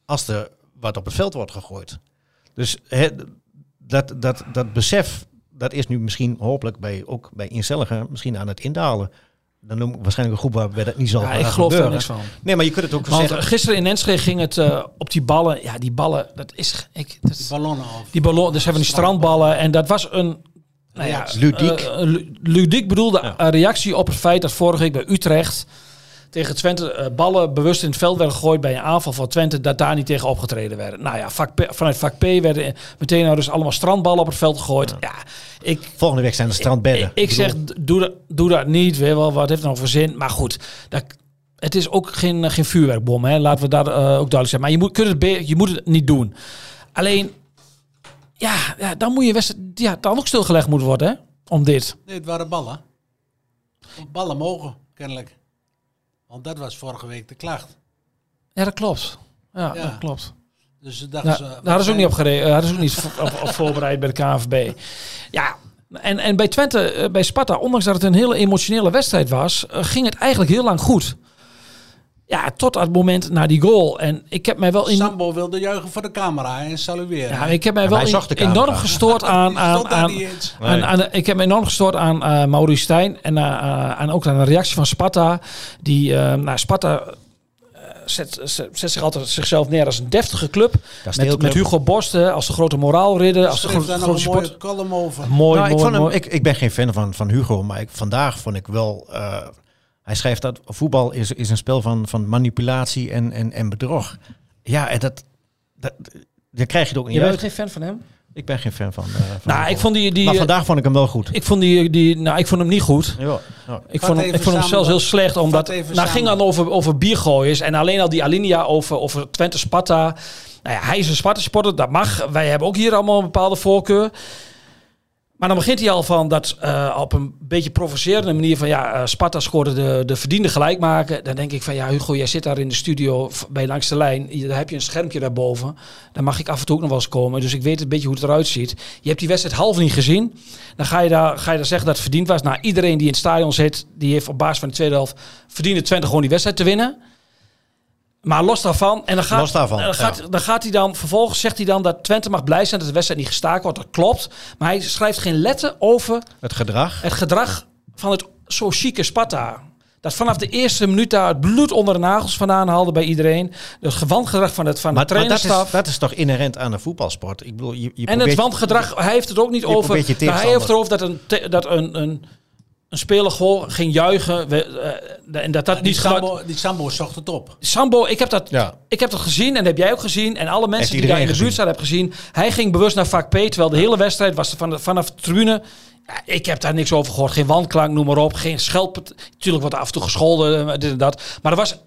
als er wat op het veld wordt gegooid. Dus hè, dat, dat, dat besef, dat is nu misschien hopelijk bij, ook bij instelligen misschien aan het indalen. Dan noem ik waarschijnlijk een groep waarbij dat niet zal
Ja,
gaan
ik geloof daar
gebeuren.
niks van.
Nee, maar je kunt het ook
Want
zeggen.
gisteren in Enschede ging het eh, op die ballen. Ja, die ballen, dat is. Ik, dat
Die
is
ballonnen af.
die ballon, dus hebben die strandballen. En dat was een. Nou ja,
Reactie. Ludiek.
eh, eh, lu- ludiek bedoelde
Ja.
een reactie op het feit dat vorige week bij Utrecht tegen Twente eh, ballen bewust in het veld werden gegooid bij een aanval van Twente, dat daar niet tegen opgetreden werden. Nou ja, vak P- vanuit vak P werden eh, meteen nou dus allemaal strandballen op het veld gegooid. Ja, ik,
Volgende week zijn er strandbedden.
eh, ik, ik zeg, d- doe dat, doe dat niet. Weet je wel, wat heeft het nou voor zin? Maar goed, dat, het is ook geen, eh, geen vuurwerkbom. Hè? Laten we daar eh, ook duidelijk zijn. Maar je moet, kunt het, be- je moet het niet doen. Alleen, ja, ja dan moet je wedstrijd, ja, dan ook stilgelegd moeten worden. Hè? Om dit.
Nee, het waren ballen. Ballen mogen, kennelijk. Want dat was vorige week de klacht.
Ja, dat klopt. Ja,
Ja.
dat klopt.
Dus ze dachten
Ja,
ze,
daar
wat
hadden ze ook
zijn-
niet op gereden. Hadden ze ook niet vo- op, op voorbereid bij de KNVB. Ja, en, en bij Twente, eh, bij Sparta, ondanks dat het een hele emotionele wedstrijd was, eh, ging het eigenlijk heel lang goed. Ja, tot het moment na die goal. En ik heb mij wel in.
Sambo wilde juichen voor de camera en salueren.
Ja, ik heb mij
Ja,
wel
hij
in-
zag de camera.
enorm gestoord aan.
Die
aan,
stond daar
aan,
niet eens.
aan- aan- ik heb me enorm gestoord aan eh Maurice Stijn. En eh, eh, aan ook aan de reactie van Sparta. Die, eh, nou, Sparta eh, zet, zet, zet zich altijd zichzelf neer als een deftige club. Met,
Kasteelclub.
met Hugo Borsten als de grote moraalridder. Als de
Schreef
gro-
daar
grote,
nog een
sport.
mooie column over.
Mooi,
Nou, ik,
mooi,
vond hem-
mooi.
ik, ik ben geen fan van, van Hugo, maar ik, vandaag vond ik wel. eh, hij schrijft dat voetbal is, is een spel van, van manipulatie en, en, en bedrog. Ja, en dat, dat, dat krijg je er ook niet
Je bent
uit.
geen fan van hem?
Ik ben geen fan van. eh, van
Nou, ik
Rob.
vond die... die
maar
eh,
vandaag vond ik hem wel goed.
ik vond, die, die, nou, ik vond hem niet goed.
Ja, ja.
Ik
Vat
vond, hem,
even
ik vond hem
samen
zelfs
wat-
heel slecht, omdat...
vat
Nou,
even
het ging
samen.
dan over, over biergooiers. En alleen al die alinea over, over Twente Sparta. Nou ja, hij is een Sparta-sporter, dat mag. Wij hebben ook hier allemaal een bepaalde voorkeur. Maar dan begint hij al van dat eh, op een beetje provocerende manier van ja, eh, Sparta scoorde de, de verdiende gelijk maken. Dan denk ik van ja, Hugo, jij zit daar in de studio v- bij langs de lijn. Je- Daar heb je een schermpje daarboven. Daar mag ik af en toe ook nog wel eens komen. Dus ik weet een beetje hoe het eruit ziet. Je hebt die wedstrijd half niet gezien. Dan ga je daar, ga je daar zeggen dat het verdiend was. Nou, iedereen die in het stadion zit, die heeft op basis van de tweede helft verdiende Twente gewoon die wedstrijd te winnen. Maar los daarvan, en dan gaat,
Los daarvan,
en dan,
ja.
gaat, dan gaat hij dan, vervolgens zegt hij dan dat Twente mag blij zijn dat de wedstrijd niet gestaakt wordt. Dat klopt. Maar hij schrijft geen letter over
Het gedrag.
het gedrag van het zo chique Sparta. Dat vanaf de eerste minuut daar het bloed onder de nagels vandaan haalde bij iedereen. Het gewandgedrag van, het, van de
dat, is,
trainerstaf.
dat is toch inherent aan een voetbalsport? Ik bedoel, je, je
en
probeert-
het wandgedrag, hij heeft het ook niet
probeert
over.
je
maar hij
tegenstander.
heeft erover dat een, te- dat een, een, een speler gewoon ging juichen. we- eh, en dat dat
Die
niet gebeurt.
Sambo, die Sambo zocht het op.
Sambo, ik heb, dat,
Ja.
ik heb dat gezien en dat heb jij ook gezien. En alle mensen
Heeft
die daar in de
iedereen
buurt staan hebben gezien. Hij ging bewust naar vak P, terwijl de hele wedstrijd was er van de- vanaf de tribune. Ja, ik heb daar niks over gehoord. Geen wandklank, noem maar op. Geen schelp. Natuurlijk wordt er af en toe gescholden, eh, dit en dat. Maar er was,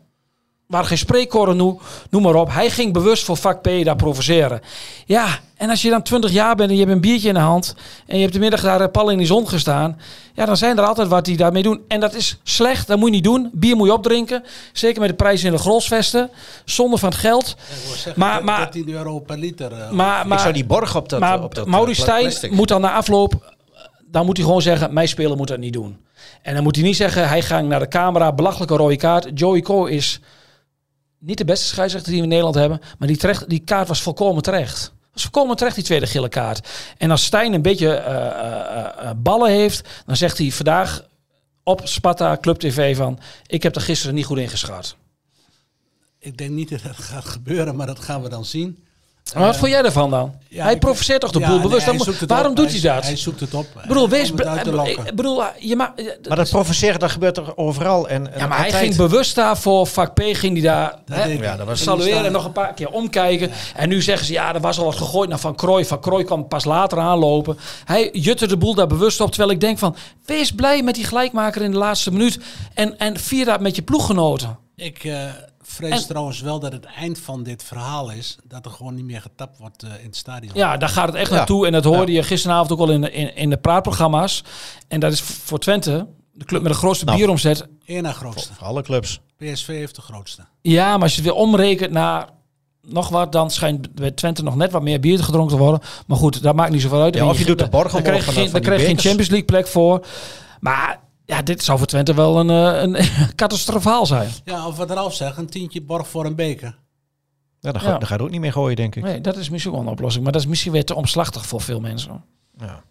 waren geen spreekkoren, noem, noem maar op. Hij ging bewust voor vak P daar provoceren. Ja, en als je dan 20 jaar bent en je hebt een biertje in de hand... en je hebt de middag daar eh, pal in die zon gestaan... ja, dan zijn er altijd wat die daarmee doen. En dat is slecht, dat moet je niet doen. Bier moet je opdrinken. Zeker met de prijzen in de grolsvesten. Zonde van het geld. Maar-
maar,
maar-
13 euro per liter. eh,
Maar, maar,
ik zou die borg op dat.
maar
op dat eh,
Mauri Stijn
plastic.
moet dan na afloop... eh, dan moet hij gewoon zeggen, mijn speler moet dat niet doen. En dan moet hij niet zeggen, hij ging naar de camera, belachelijke rode kaart. Joey Cole is niet de beste scheidsrechter die we in Nederland hebben... maar die, terecht, die kaart was volkomen terecht. was volkomen terecht, die tweede gele kaart. En als Stijn een beetje eh, eh, eh, ballen heeft... dan zegt hij vandaag op Sparta Club TV van... ik heb er gisteren niet goed in geschat.
Ik denk niet dat dat gaat gebeuren, maar dat gaan we dan zien.
Maar wat vond jij daarvan dan?
Ja,
hij
ik-
provoceert toch de
Ja,
boel
nee,
bewust?
hij
Dan moet-
zoekt het
waarom
op.
doet hij dat?
Hij zoekt het op. Ik
Ik bedoel, wees...
Om het uit te
be- eh,
lokken.
Ik bedoel, je ma eh,
Maar dat provoceren, dat gebeurt er overal. En, en
ja, maar hij
altijd.
ging bewust daarvoor. Vak P ging die daar hè,
deed hij.
Ja, dat was-
salueren en nog een paar keer omkijken. En nu zeggen ze, ja, er was al wat gegooid naar Van Krooi. Van Krooi kwam pas later aanlopen. Hij jutte de boel daar bewust op. Terwijl ik denk van, wees blij met die gelijkmaker in de laatste minuut. En, en vier dat met je ploeggenoten.
Ik eh, vrees
En-
trouwens wel dat het eind van dit verhaal is dat er gewoon niet meer getapt wordt eh, in het stadion.
Ja, daar gaat het echt naartoe. En dat hoorde je gisteravond ook al in de, in, in de praatprogramma's. En dat is voor Twente, de club met de grootste
Nou.
bieromzet,
Eén na grootste.
Voor alle clubs.
PSV heeft de grootste.
Ja, maar als je het weer omrekent naar nog wat, dan schijnt bij Twente nog net wat meer bier gedronken te worden. Maar goed, dat maakt niet zoveel uit. Dan
Ja,
ben
of je doet de borgel
Dan krijg je
morgen
geen,
van
dan
die
krijg je geen
bekers.
Champions League plek voor. Maar ja, dit zou voor Twente wel een, eh, een catastrofaal zijn.
Ja, of wat Ralf zegt, een tientje borg voor een beker.
Ja, dan,
Ja.
Ga, dan ga je er ook niet meer gooien, denk ik.
Nee, dat is misschien wel een oplossing. Maar dat is misschien weer te omslachtig voor veel mensen.
Ja.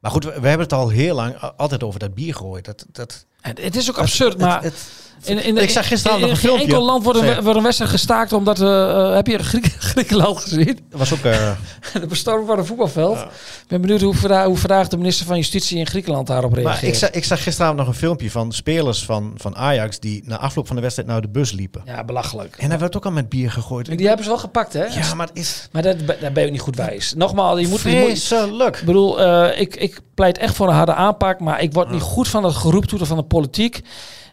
Maar goed, we, we hebben het al heel lang a- altijd over dat bier gegooid. Dat, dat,
En het is ook absurd, maar...
het- het-
in, in,
Ik zag gisteravond
in, in
nog een
geen
filmpje.
enkel land wordt een,
Zeg.
wordt een wedstrijd gestaakt omdat... eh, eh, heb je Griek- Griekenland gezien?
dat was ook... eh,
De bestorming van het voetbalveld. Ik ben benieuwd hoe, vanda- hoe vandaag de minister van Justitie in Griekenland daarop reageert.
maar ik, zag, ik zag gisteravond nog een filmpje van spelers van, van Ajax... die na afloop van de wedstrijd naar de bus liepen.
Ja, belachelijk.
En daar werd ook al met bier gegooid.
En die hebben ze wel gepakt, hè?
Ja, maar het is
Maar dat, daar ben je ook niet goed wijs. Nogmaals, je moet... Je moet
vreselijk.
ik bedoel, eh, ik, ik pleit echt voor een harde aanpak, maar ik word niet goed van het geroeptoeter van de politiek.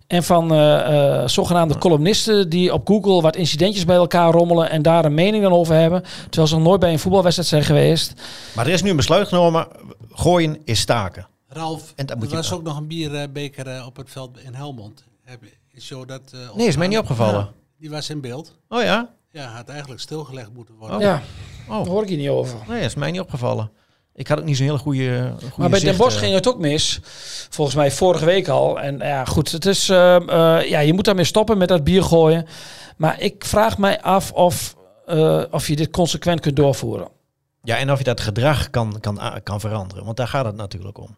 En van eh, eh, zogenaamde columnisten die op Google wat incidentjes bij elkaar rommelen en daar een mening dan over hebben. Terwijl ze nog nooit bij een voetbalwedstrijd zijn geweest.
Maar er is nu een besluit genomen. Gooien is staken.
Ralf,
En dat
er
moet je-
was ook nog een bierbeker eh, op het veld in Helmond. Heb je- Is jou dat, eh,
Nee, is
opgevallen?
mij niet opgevallen.
Die was in beeld.
Oh ja?
Ja, had eigenlijk stilgelegd moeten worden.
Oh.
Ja, daar
Oh,
hoor ik hier niet over.
nee, is mij niet opgevallen. Ik had ook niet zo'n hele goede, goede
Maar bij Den
zicht,
Bosch
eh.
ging het ook mis. Volgens mij vorige week al. En eh, ja, goed. Het is, ehm, eh, ja, je moet daarmee stoppen met dat bier gooien. Maar ik vraag mij af of, eh, of je dit consequent kunt doorvoeren.
Ja, en of je dat gedrag kan, kan, a- kan veranderen. Want daar gaat het natuurlijk om.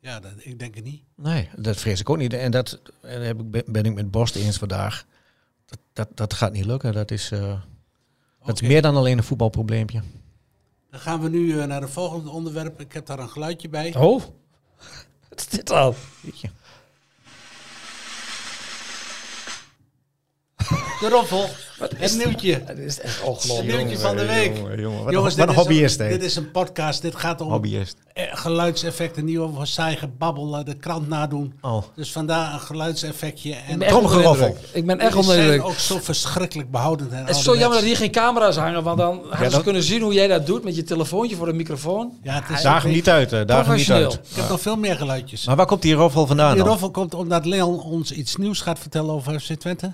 Ja, dat, ik denk het niet.
Nee, dat vrees ik ook niet. En dat eh, daar heb ik, ben- ben ik met Borst eens vandaag. Dat, dat, dat gaat niet lukken. Dat is, eh, dat is
Oké.
meer dan alleen een voetbalprobleempje.
Dan gaan we nu eh, naar het volgende onderwerp. Ik heb daar een geluidje bij.
Oh, wat is dit dan?
De roffel. Het nieuwtje.
Het is echt
Het
ongelooflijk.
nieuwtje van de week.
jongen, jongen. Wat een-
Jongens,
wat
dit
een
is
hobbyist, hè?
Dit is een podcast. Dit gaat om
Hobbyist.
eh, geluidseffecten. Niet over saai gebabbel, eh, de krant nadoen.
Oh.
Dus vandaar een geluidseffectje. En
ben echt onder de
Tromgeroffel.
indruk. Ik ben echt
Jullie
onder de
zijn
indruk.
ook zo verschrikkelijk behoudend. en
Het is zo
ouderwets.
jammer dat hier geen camera's hangen, want dan hadden ze
dat-
kunnen zien hoe jij dat doet met je telefoontje voor de microfoon.
Ja, het is
Daag hem
ik-
niet uit, hè. Daag hem niet
Professioneel.
uit.
Ik heb nog veel meer geluidjes.
Maar waar komt die roffel vandaan
die
dan?
roffel komt omdat Leon ons iets nieuws gaat vertellen over FC Twente.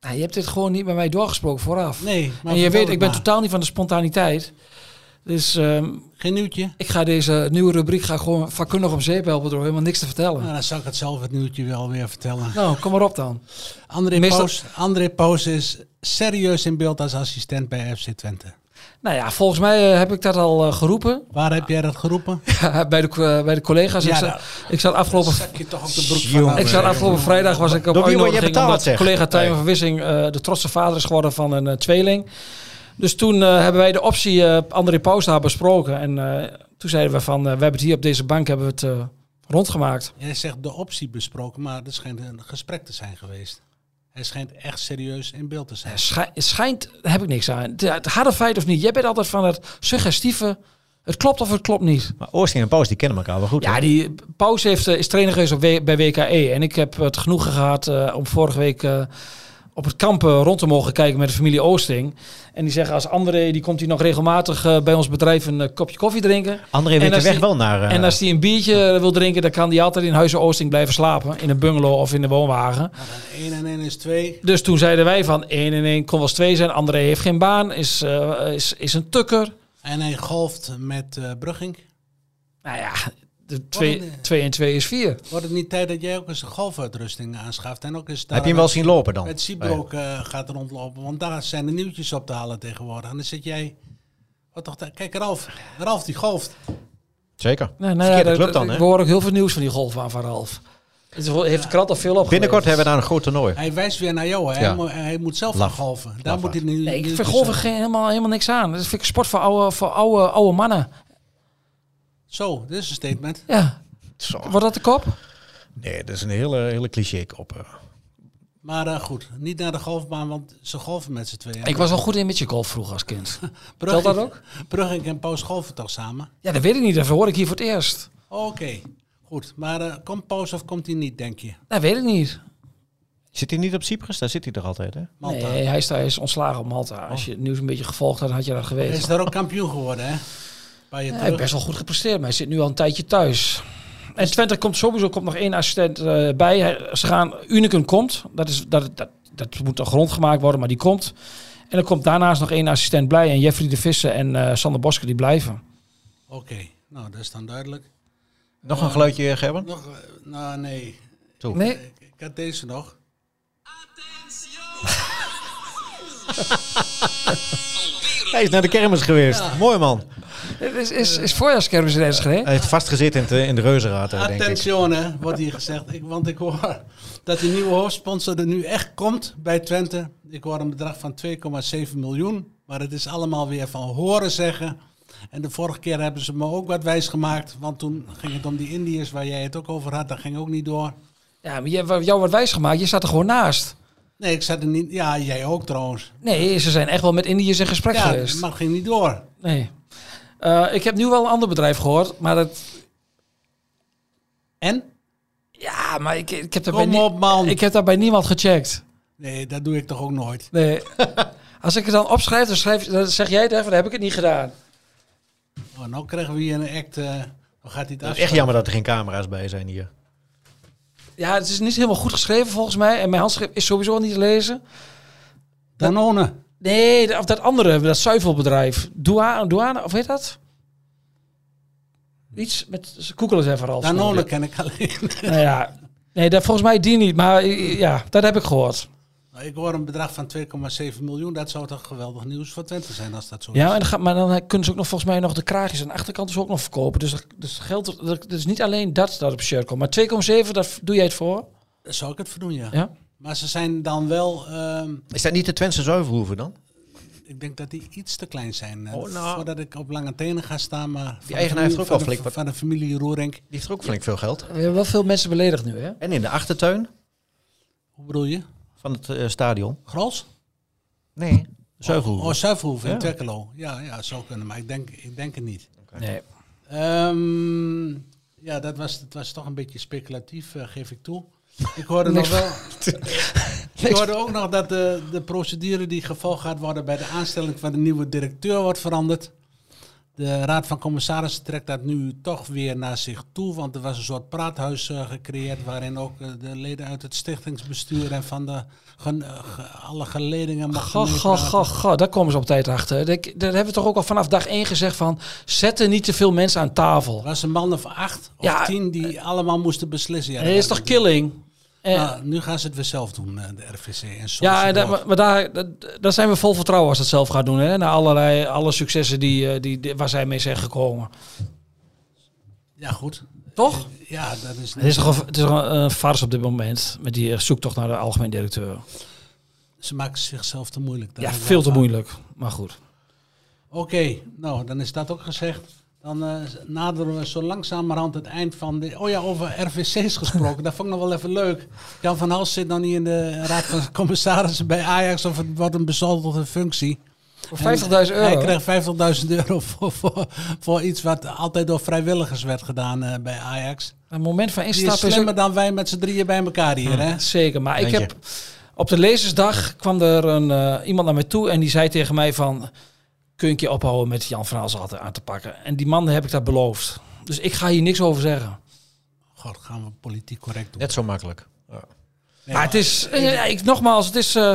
Nou, je hebt dit gewoon niet met mij doorgesproken vooraf.
Nee, maar
en je
vertel
weet,
het
ik ben
maar.
totaal niet van de spontaniteit. Dus ehm,
Geen nieuwtje?
ik ga deze nieuwe rubriek ga ik gewoon vakkundig om zeep helpen door helemaal niks te vertellen.
Nou, dan zal ik het zelf het nieuwtje wel weer vertellen.
Nou, kom maar op dan.
André,
Meestal-
Poos, André Poos is serieus in beeld als assistent bij FC Twente.
Nou ja, volgens mij eh, heb ik dat al eh, geroepen
Waar heb jij dat geroepen?
bij, de, eh, bij de collega's.
Ja,
ik, zat,
nou.
ik zat afgelopen
Zak je toch op de broek
Jongen.
van
Ik zat afgelopen vrijdag was ik op
Door wie word je
uitnodiging
betaald,
omdat
zeg?
collega Tijmen
Nee.
van Wissing eh, de trotse vader is geworden van een eh, tweeling. Dus toen eh, hebben wij de optie eh, André Pauwsta besproken. En eh, toen zeiden we van, eh, we hebben het hier op deze bank hebben we het eh, rondgemaakt.
Jij zegt de optie besproken, maar er schijnt een gesprek te zijn geweest. Hij schijnt echt serieus in beeld te zijn.
Het schij- het schijnt, daar heb ik niks aan. Het- Het harde feit of niet. Jij bent altijd van het suggestieve, het klopt of het klopt niet.
Maar Oosting en Poos, die kennen elkaar wel goed.
Ja,
hè?
die Paus heeft, eh, is trainer geweest op W- bij WKE. En ik heb het genoegen gehad eh, om vorige week eh, op het kamp eh, rond te mogen kijken met de familie Oosting. En die zeggen als André, die komt hier nog regelmatig eh, bij ons bedrijf een eh, kopje koffie drinken.
André
En
weet de
als
weg
die-
wel naar... eh,
En als hij een biertje eh, wil drinken, dan kan hij altijd in Huizen Oosting blijven slapen. In een bungalow of in de woonwagen.
Maar dan 1 en 1 is 2.
Dus toen zeiden wij van 1 en 1 kon wel eens 2 zijn. André heeft geen baan, is, eh, is, is een tukker.
En hij golft met eh Brugging.
Nou ja, 2
een, eh,
en 2 is 4.
Wordt het niet tijd dat jij ook eens een golfuitrusting aanschaft? En ook eens daar
heb je hem wel zien lopen dan?
met Siebroek eh, gaat rondlopen. Want daar zijn de nieuwtjes op te halen tegenwoordig. En dan zit jij... Wat toch, daar- kijk, Ralf. Ralf die golft.
Zeker.
Nou, nou ja,
Verkeerde
dat,
club dan,
dat-
hè?
we horen ook heel veel nieuws van die golfbaan van Ralf. Het is wel- heeft de krant al veel op.
Binnenkort hebben we daar een groot toernooi.
Hij wijst weer naar jou. Hè?
Ja.
Hij, moet, hij moet zelf
Laf.
gaan golven. Daar moet
Lafaard.
hij nu... dus-
Nee, ik vind
nieuwtjes
golven
op-
geen, helemaal, helemaal niks aan. Dat vind ik sport voor oude, voor oude, oude mannen.
Zo, dit is een statement.
Ja.
Zo.
Wordt dat de kop?
Nee, dat is een hele, hele cliché op. eh.
Maar eh, goed, niet naar de golfbaan, want ze golven met z'n tweeën.
Ik was wel goed in midget golf vroeger als kind.
Brugging-
telt dat ook?
Brugging en Poos golven toch samen?
Ja, dat weet ik niet. Dat hoor ik hier voor het eerst.
Oké, goed. Maar eh, komt Poos of komt hij niet, denk je?
Dat weet ik niet.
Zit hij niet op Cyprus? Daar zit hij er altijd, hè?
Malta. Oh.
Nee, hij is, hij is ontslagen op Malta. Als je het nieuws een beetje gevolgd had, had je dat
Hij is
geweten.
daar ook kampioen geworden, hè? Bij je
Ja, hij heeft
terug.
best wel goed gepresteerd, maar hij zit nu al een tijdje thuis. En Twente komt sowieso komt nog één assistent eh, bij. Hij- Ze gaan, Unicum komt. Dat, is, dat, dat, dat moet toch rondgemaakt worden, maar die komt. En er komt daarnaast nog één assistent bij. En Jeffrey de Visser en eh, Sander Boske, die blijven.
Oké, nou, dat is dan duidelijk.
Nog een geluidje, eh, Gerben?
Nog, eh, nou nee,
Toe.
Nee,
ik, ik had deze nog.
Hij is naar de kermis geweest. Mooi man.
het is, is, is voorjaarskermis in Enschede.
Hij heeft vastgezeten in de, in de reuzenraad, eh, denk ik.
Attenzione, wordt hier gezegd. Ik, want ik hoor dat die nieuwe hoofdsponsor er nu echt komt bij Twente. Ik hoor een bedrag van 2,7 miljoen. Maar het is allemaal weer van horen zeggen. En de vorige keer hebben ze me ook wat wijs gemaakt. Want toen ging het om die Indiërs waar jij het ook over had. Dat ging ook niet door.
Ja, maar jij- wa- jou wordt wijsgemaakt. Je staat er gewoon naast.
Nee, ik zat er niet. Ja, jij ook trouwens.
Nee, ze zijn echt wel met Indiërs in gesprek
Ja,
geweest.
maar het ging niet door.
Nee. Eh, ik heb nu wel een ander bedrijf gehoord, maar dat...
En?
Ja, maar ik, ik, heb daarbij
Kom
nie-
op, man.
ik heb dat bij niemand gecheckt.
Nee, dat doe ik toch ook nooit.
Nee. Als ik het dan opschrijf, dan, schrijf, dan zeg jij het even, dan heb ik het niet gedaan.
Oh, nou krijgen we hier een act. eh dan gaat hij het
Het
af.
is echt jammer dat er geen camera's bij zijn hier.
Ja, het is niet helemaal goed geschreven volgens mij. En mijn handschrift is sowieso niet te lezen.
Danone.
Nee, dat- of dat andere, dat zuivelbedrijf. Douane, douane of heet dat? Iets met koekelen zijn vooral.
Danone ken ik alleen.
Nou ja, nee, dat, volgens mij die niet. Maar eh, ja, dat heb ik gehoord.
Nou, Ik hoor een bedrag van 2,7 miljoen. Dat zou toch geweldig nieuws voor Twente zijn als dat zo
Ja,
is.
en dan gaat, maar dan kunnen ze ook nog volgens mij nog de kraagjes aan de achterkant dus ook nog verkopen. Dus, dat- dus geld, dat is niet alleen dat dat op shirt komt. Maar 2,7, daar doe jij het voor.
Daar zou ik het voor doen, ja.
Ja.
Maar ze zijn dan wel... ehm,
Is dat niet de Twentse zuivelhoeven dan?
ik denk dat die iets te klein zijn. eh,
Oh, nou.
Voordat ik op lange tenen ga staan. Maar van de
eigenaar heeft er
familie-
ook wel
van de-
flink wat-
Van de familie Roerink.
Die heeft er ook flink veel geld.
We hebben wel veel mensen beledigd nu, hè?
En in de achtertuin
Hoe bedoel je?
van het eh, stadion.
Grols?
Nee, Zeugelhoeven.
Oh, Zuivelhoef in
Ja.
Terkelo. Ja, ja, zou kunnen, maar ik denk, ik denk het niet.
Nee.
Ehm, ja, dat was, dat was toch een beetje speculatief, eh, geef ik toe. Ik hoorde nog
Niks
wel. ik hoorde ook nog dat de, de procedure die gevolgd gaat worden bij de aanstelling van de nieuwe directeur wordt veranderd. De Raad van Commissarissen trekt dat nu toch weer naar zich toe, want er was een soort praathuis eh, gecreëerd waarin ook eh, de leden uit het stichtingsbestuur en van de gen- eh, ge- alle geledingen
Ga,
mochten
ga,
meepraten.
ga, ga. Daar komen ze op tijd achter. Daar daar hebben we toch ook al vanaf dag één gezegd van... zet er niet te veel mensen aan tafel.
Er was een man of acht of
Ja,
tien die allemaal moesten beslissen. Ja,
Het is toch killing? Eh,
Nou, nu gaan ze het weer zelf doen, eh, de RVC. En soms
ja, en
wordt-
daar- maar, maar daar, dat- daar zijn we vol vertrouwen als ze het zelf gaat doen. Hè? Na allerlei, alle successen die, eh, die, die- waar zij mee zijn gekomen.
ja, goed.
Toch?
Ja, dat is,
Het is toch een, het is toch een, een farce op dit moment. Met die eh, zoektocht naar de algemeen directeur.
Ze maken zichzelf te moeilijk. Daar
Ja,
heb ik
veel
wel
te
van.
moeilijk. Maar goed.
Oké, nou, dan is dat ook gezegd. Dan eh, naderen we zo langzamerhand het eind van... De, oh ja, over RVC's gesproken. dat vond ik nog wel even leuk. Jan van Hals zit dan niet in de Raad van Commissarissen bij Ajax... of het wordt een bezoldigde functie.
Voor 50.000
En
euro.
Hij kreeg 50.000 euro voor, voor, voor iets wat altijd door vrijwilligers werd gedaan eh, bij Ajax.
Een moment van
Die is
instappen is dus ook-
slimmer
Hmm.
dan wij met z'n drieën bij elkaar hier, hè?
Zeker, maar ik
Denk
heb op de lezersdag kwam er een, eh, iemand naar mij toe en die zei tegen mij van kun je een keer ophouden met Jan van Hals altijd aan te pakken. En die man heb ik dat beloofd. Dus ik ga hier niks over zeggen.
God, gaan we politiek correct doen.
Net zo makkelijk.
Nee,
maar het is, eh, ja, ik, nogmaals, het is eh,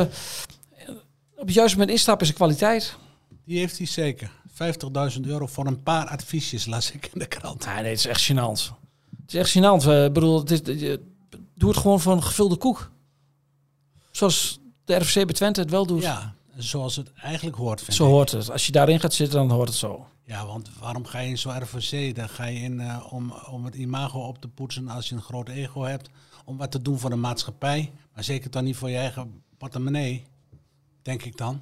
op het juiste moment instappen is een kwaliteit.
Die heeft hij zeker. 50.000 euro voor een paar adviesjes, las ik in de krant.
Nee, nee, het is echt gênant. Het is echt gênant. Eh, Ik bedoel, het is, je- doe het gewoon van gevulde koek. Zoals de RFC bij Twente het wel doet.
Ja, zoals het eigenlijk hoort, vind
Zo
ik.
hoort het. Als je daarin gaat zitten, dan hoort het zo.
Ja, want waarom ga je in zo'n RVC? Daar ga je in eh, om, om het imago op te poetsen als je een groot ego hebt. Om wat te doen voor de maatschappij. Maar zeker dan niet voor je eigen portemonnee, denk ik dan.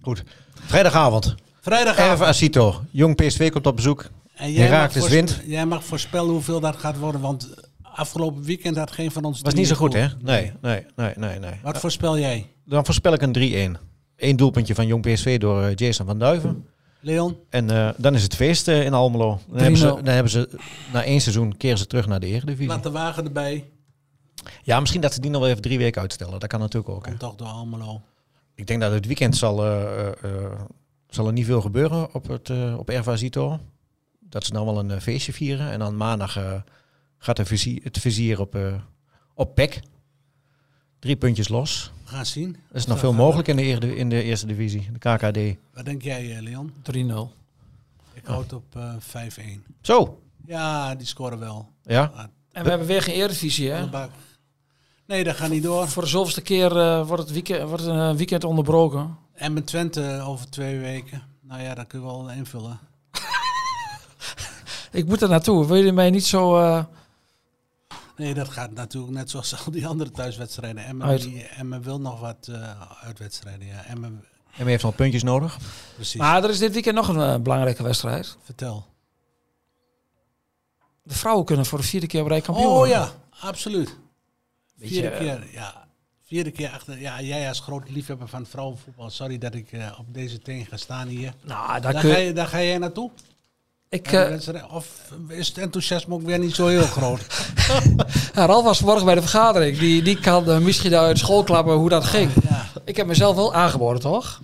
Goed. Vrijdagavond.
Vrijdagavond.
Erve Asito. Jong PSV komt op bezoek.
En
Heracles
mag
wint.
voorspe- Jij mag voorspellen hoeveel dat gaat worden, want afgelopen weekend had geen van ons...
Was
drieën
niet zo goed, hè? Nee, nee, nee, nee. nee.
Wat voorspel jij,
Dan voorspel ik een 3-1. Eén doelpuntje van Jong PSV door eh, Jason van Duiven.
Leon?
En eh, dan is het feest eh, in Almelo. Dan hebben, ze,
3-0.
dan hebben ze na één seizoen keren ze terug naar de Eredivisie.
Laat de wagen erbij.
Ja, misschien dat ze die nog wel even drie weken uitstellen. Dat kan natuurlijk ook. hè.
Komt toch door Almelo.
Ik denk dat het weekend zal, eh, eh, eh, zal er niet veel gebeuren op, het, eh op Erva Zito. Dat ze dan wel een eh, feestje vieren. En dan maandag eh, gaat de visie- het vizier op, eh op PEC. Drie puntjes los.
We gaan zien.
Er is nog veel mogelijk in de, eerde- in de eerste divisie, de KKD.
Wat denk jij, eh, Leon?
3-0.
Ik houd op eh, 5-1.
Zo,
Ja, die scoren wel.
ja.
En we hebben weer geen Eredivisie, hè?
Allebei. Nee, dat gaat niet door.
Voor de zoveelste keer eh, wordt het weekend, wordt een eh, weekend onderbroken.
En met Twente over twee weken. Nou ja, dat kun je wel invullen.
Ik moet er naartoe. Wil je mij niet zo... eh,
Nee, dat gaat natuurlijk net zoals al die andere thuiswedstrijden. Emmen,
Uit.
die, Emmen wil nog wat eh, uitwedstrijden. Ja, Emmen,
En wie E heeft nog puntjes nodig?
precies.
Maar er is dit weekend nog een eh, belangrijke wedstrijd.
Vertel.
De vrouwen kunnen voor de vierde keer op rij kampioen
Oh
worden.
ja, absoluut.
Beetje,
Vierde
eh,
keer, ja. Vierde keer achter. Ja, jij als groot liefhebber van vrouwenvoetbal. Sorry dat ik eh, op deze teen ga staan hier.
Nou, daar
Daar,
kun
ga,
je...
je, daar ga jij naartoe?
Ik,
En de
eh,
wedstrijd- Of is het enthousiasme ook weer niet zo heel groot?
ja, Ralf was morgen bij de vergadering. Die, die kan eh, misschien daar uit school klappen hoe dat ging.
Ja.
Ik heb mezelf wel aangeboden, toch?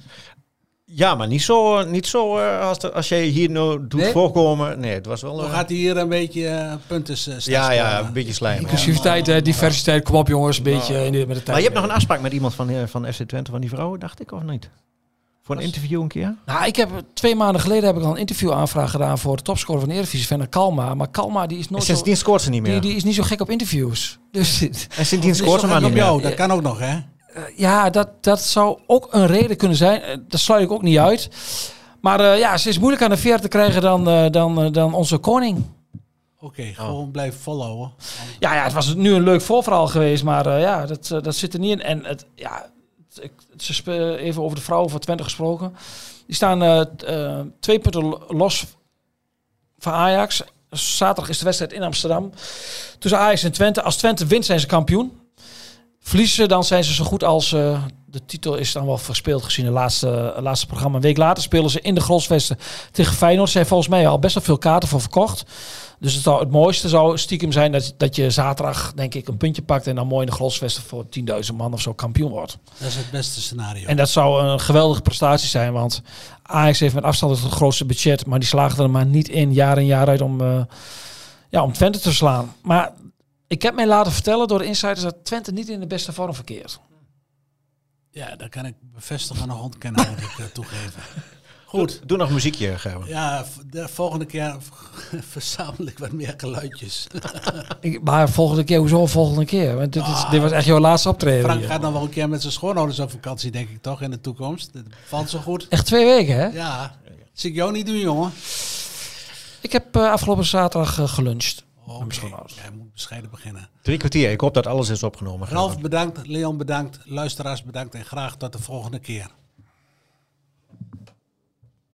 Ja, maar niet zo, eh, niet zo eh, als, de- als jij hier nou doet
Nee?
voorkomen. Nee, het was wel...
Dan
eh,
gaat hij hier een beetje eh, punten eh, staan
ja, ja,
scoren.
een beetje slijm.
Inclusiviteit, eh, diversiteit, kom op jongens, een beetje in de, met de tijd.
Maar je hebt nog een afspraak met iemand van, eh, van FC Twente, van die vrouwen, dacht ik, of niet? Voor een interview een keer?
Nou, ik heb twee maanden geleden heb ik al een interviewaanvraag gedaan voor de topscorer van de Eredivisie, Venner Kalma. Maar Kalma die is
En
nooit zo,
sindsdien scoort ze niet
die,
meer.
die is niet zo gek op interviews. Dus dit-
en sindsdien
Scoort
scoort ze
hem
maar niet
op jou,
meer.
dat kan ook nog, hè?
ja, dat, dat zou ook een reden kunnen zijn. Eh, Dat sluit ik ook niet uit. Maar eh, ja, ze is moeilijk aan de veer te krijgen dan, eh, dan, eh, dan onze koning.
Oké,
Oh.
gewoon blijven volhouden.
Ja, ja, het was nu een leuk voorverhaal geweest, maar eh, ja, dat, eh, dat zit er niet in. En het, ja, het- ik, ze spe- even over de vrouwen van Twente gesproken. Die staan eh, t- eh, twee punten lo- los van Ajax. Zaterdag is de wedstrijd in Amsterdam. Tussen Ajax en Twente. Als Twente wint zijn ze kampioen. Verliezen ze, dan zijn ze zo goed als... eh, de titel is dan wel verspeeld gezien het laatste, laatste programma. Een week later spelen ze in de Grosvesten tegen Feyenoord. Zijn volgens mij al best wel veel kaarten voor verkocht. Dus het, zou, het mooiste zou stiekem zijn dat, dat je zaterdag denk ik een puntje pakt... en dan mooi in de Grosvesten voor 10.000 man of zo kampioen wordt.
Dat is het beste scenario.
En dat zou een geweldige prestatie zijn, want Ajax heeft met afstand het grootste budget, maar die slagen er maar niet in, jaar in jaar uit, om, eh, ja, om Twente te slaan. Maar ik heb mij laten vertellen door de insiders dat Twente niet in de beste vorm verkeert.
Ja, dat kan ik bevestigen en nog ontkennen, moet ik eh, toegeven. Goed.
Doe, nog muziekje, Gerben.
Ja, v- de volgende keer verzamel ik wat meer geluidjes.
Ik- maar volgende keer, hoezo volgende keer? Want dit, is, dit was echt jouw laatste optreden.
Frank
hier.
gaat dan wel een keer met zijn schoonouders op vakantie, denk ik toch, in de toekomst. Dat valt zo goed.
Echt twee weken, hè?
Ja, zie ik jou niet doen, jongen.
Ik heb eh, afgelopen zaterdag eh, geluncht.
Oké, Jij moet bescheiden beginnen.
Drie kwartier. Ik hoop dat alles is opgenomen.
Ralf bedankt, Leon bedankt, luisteraars bedankt en graag tot de volgende keer.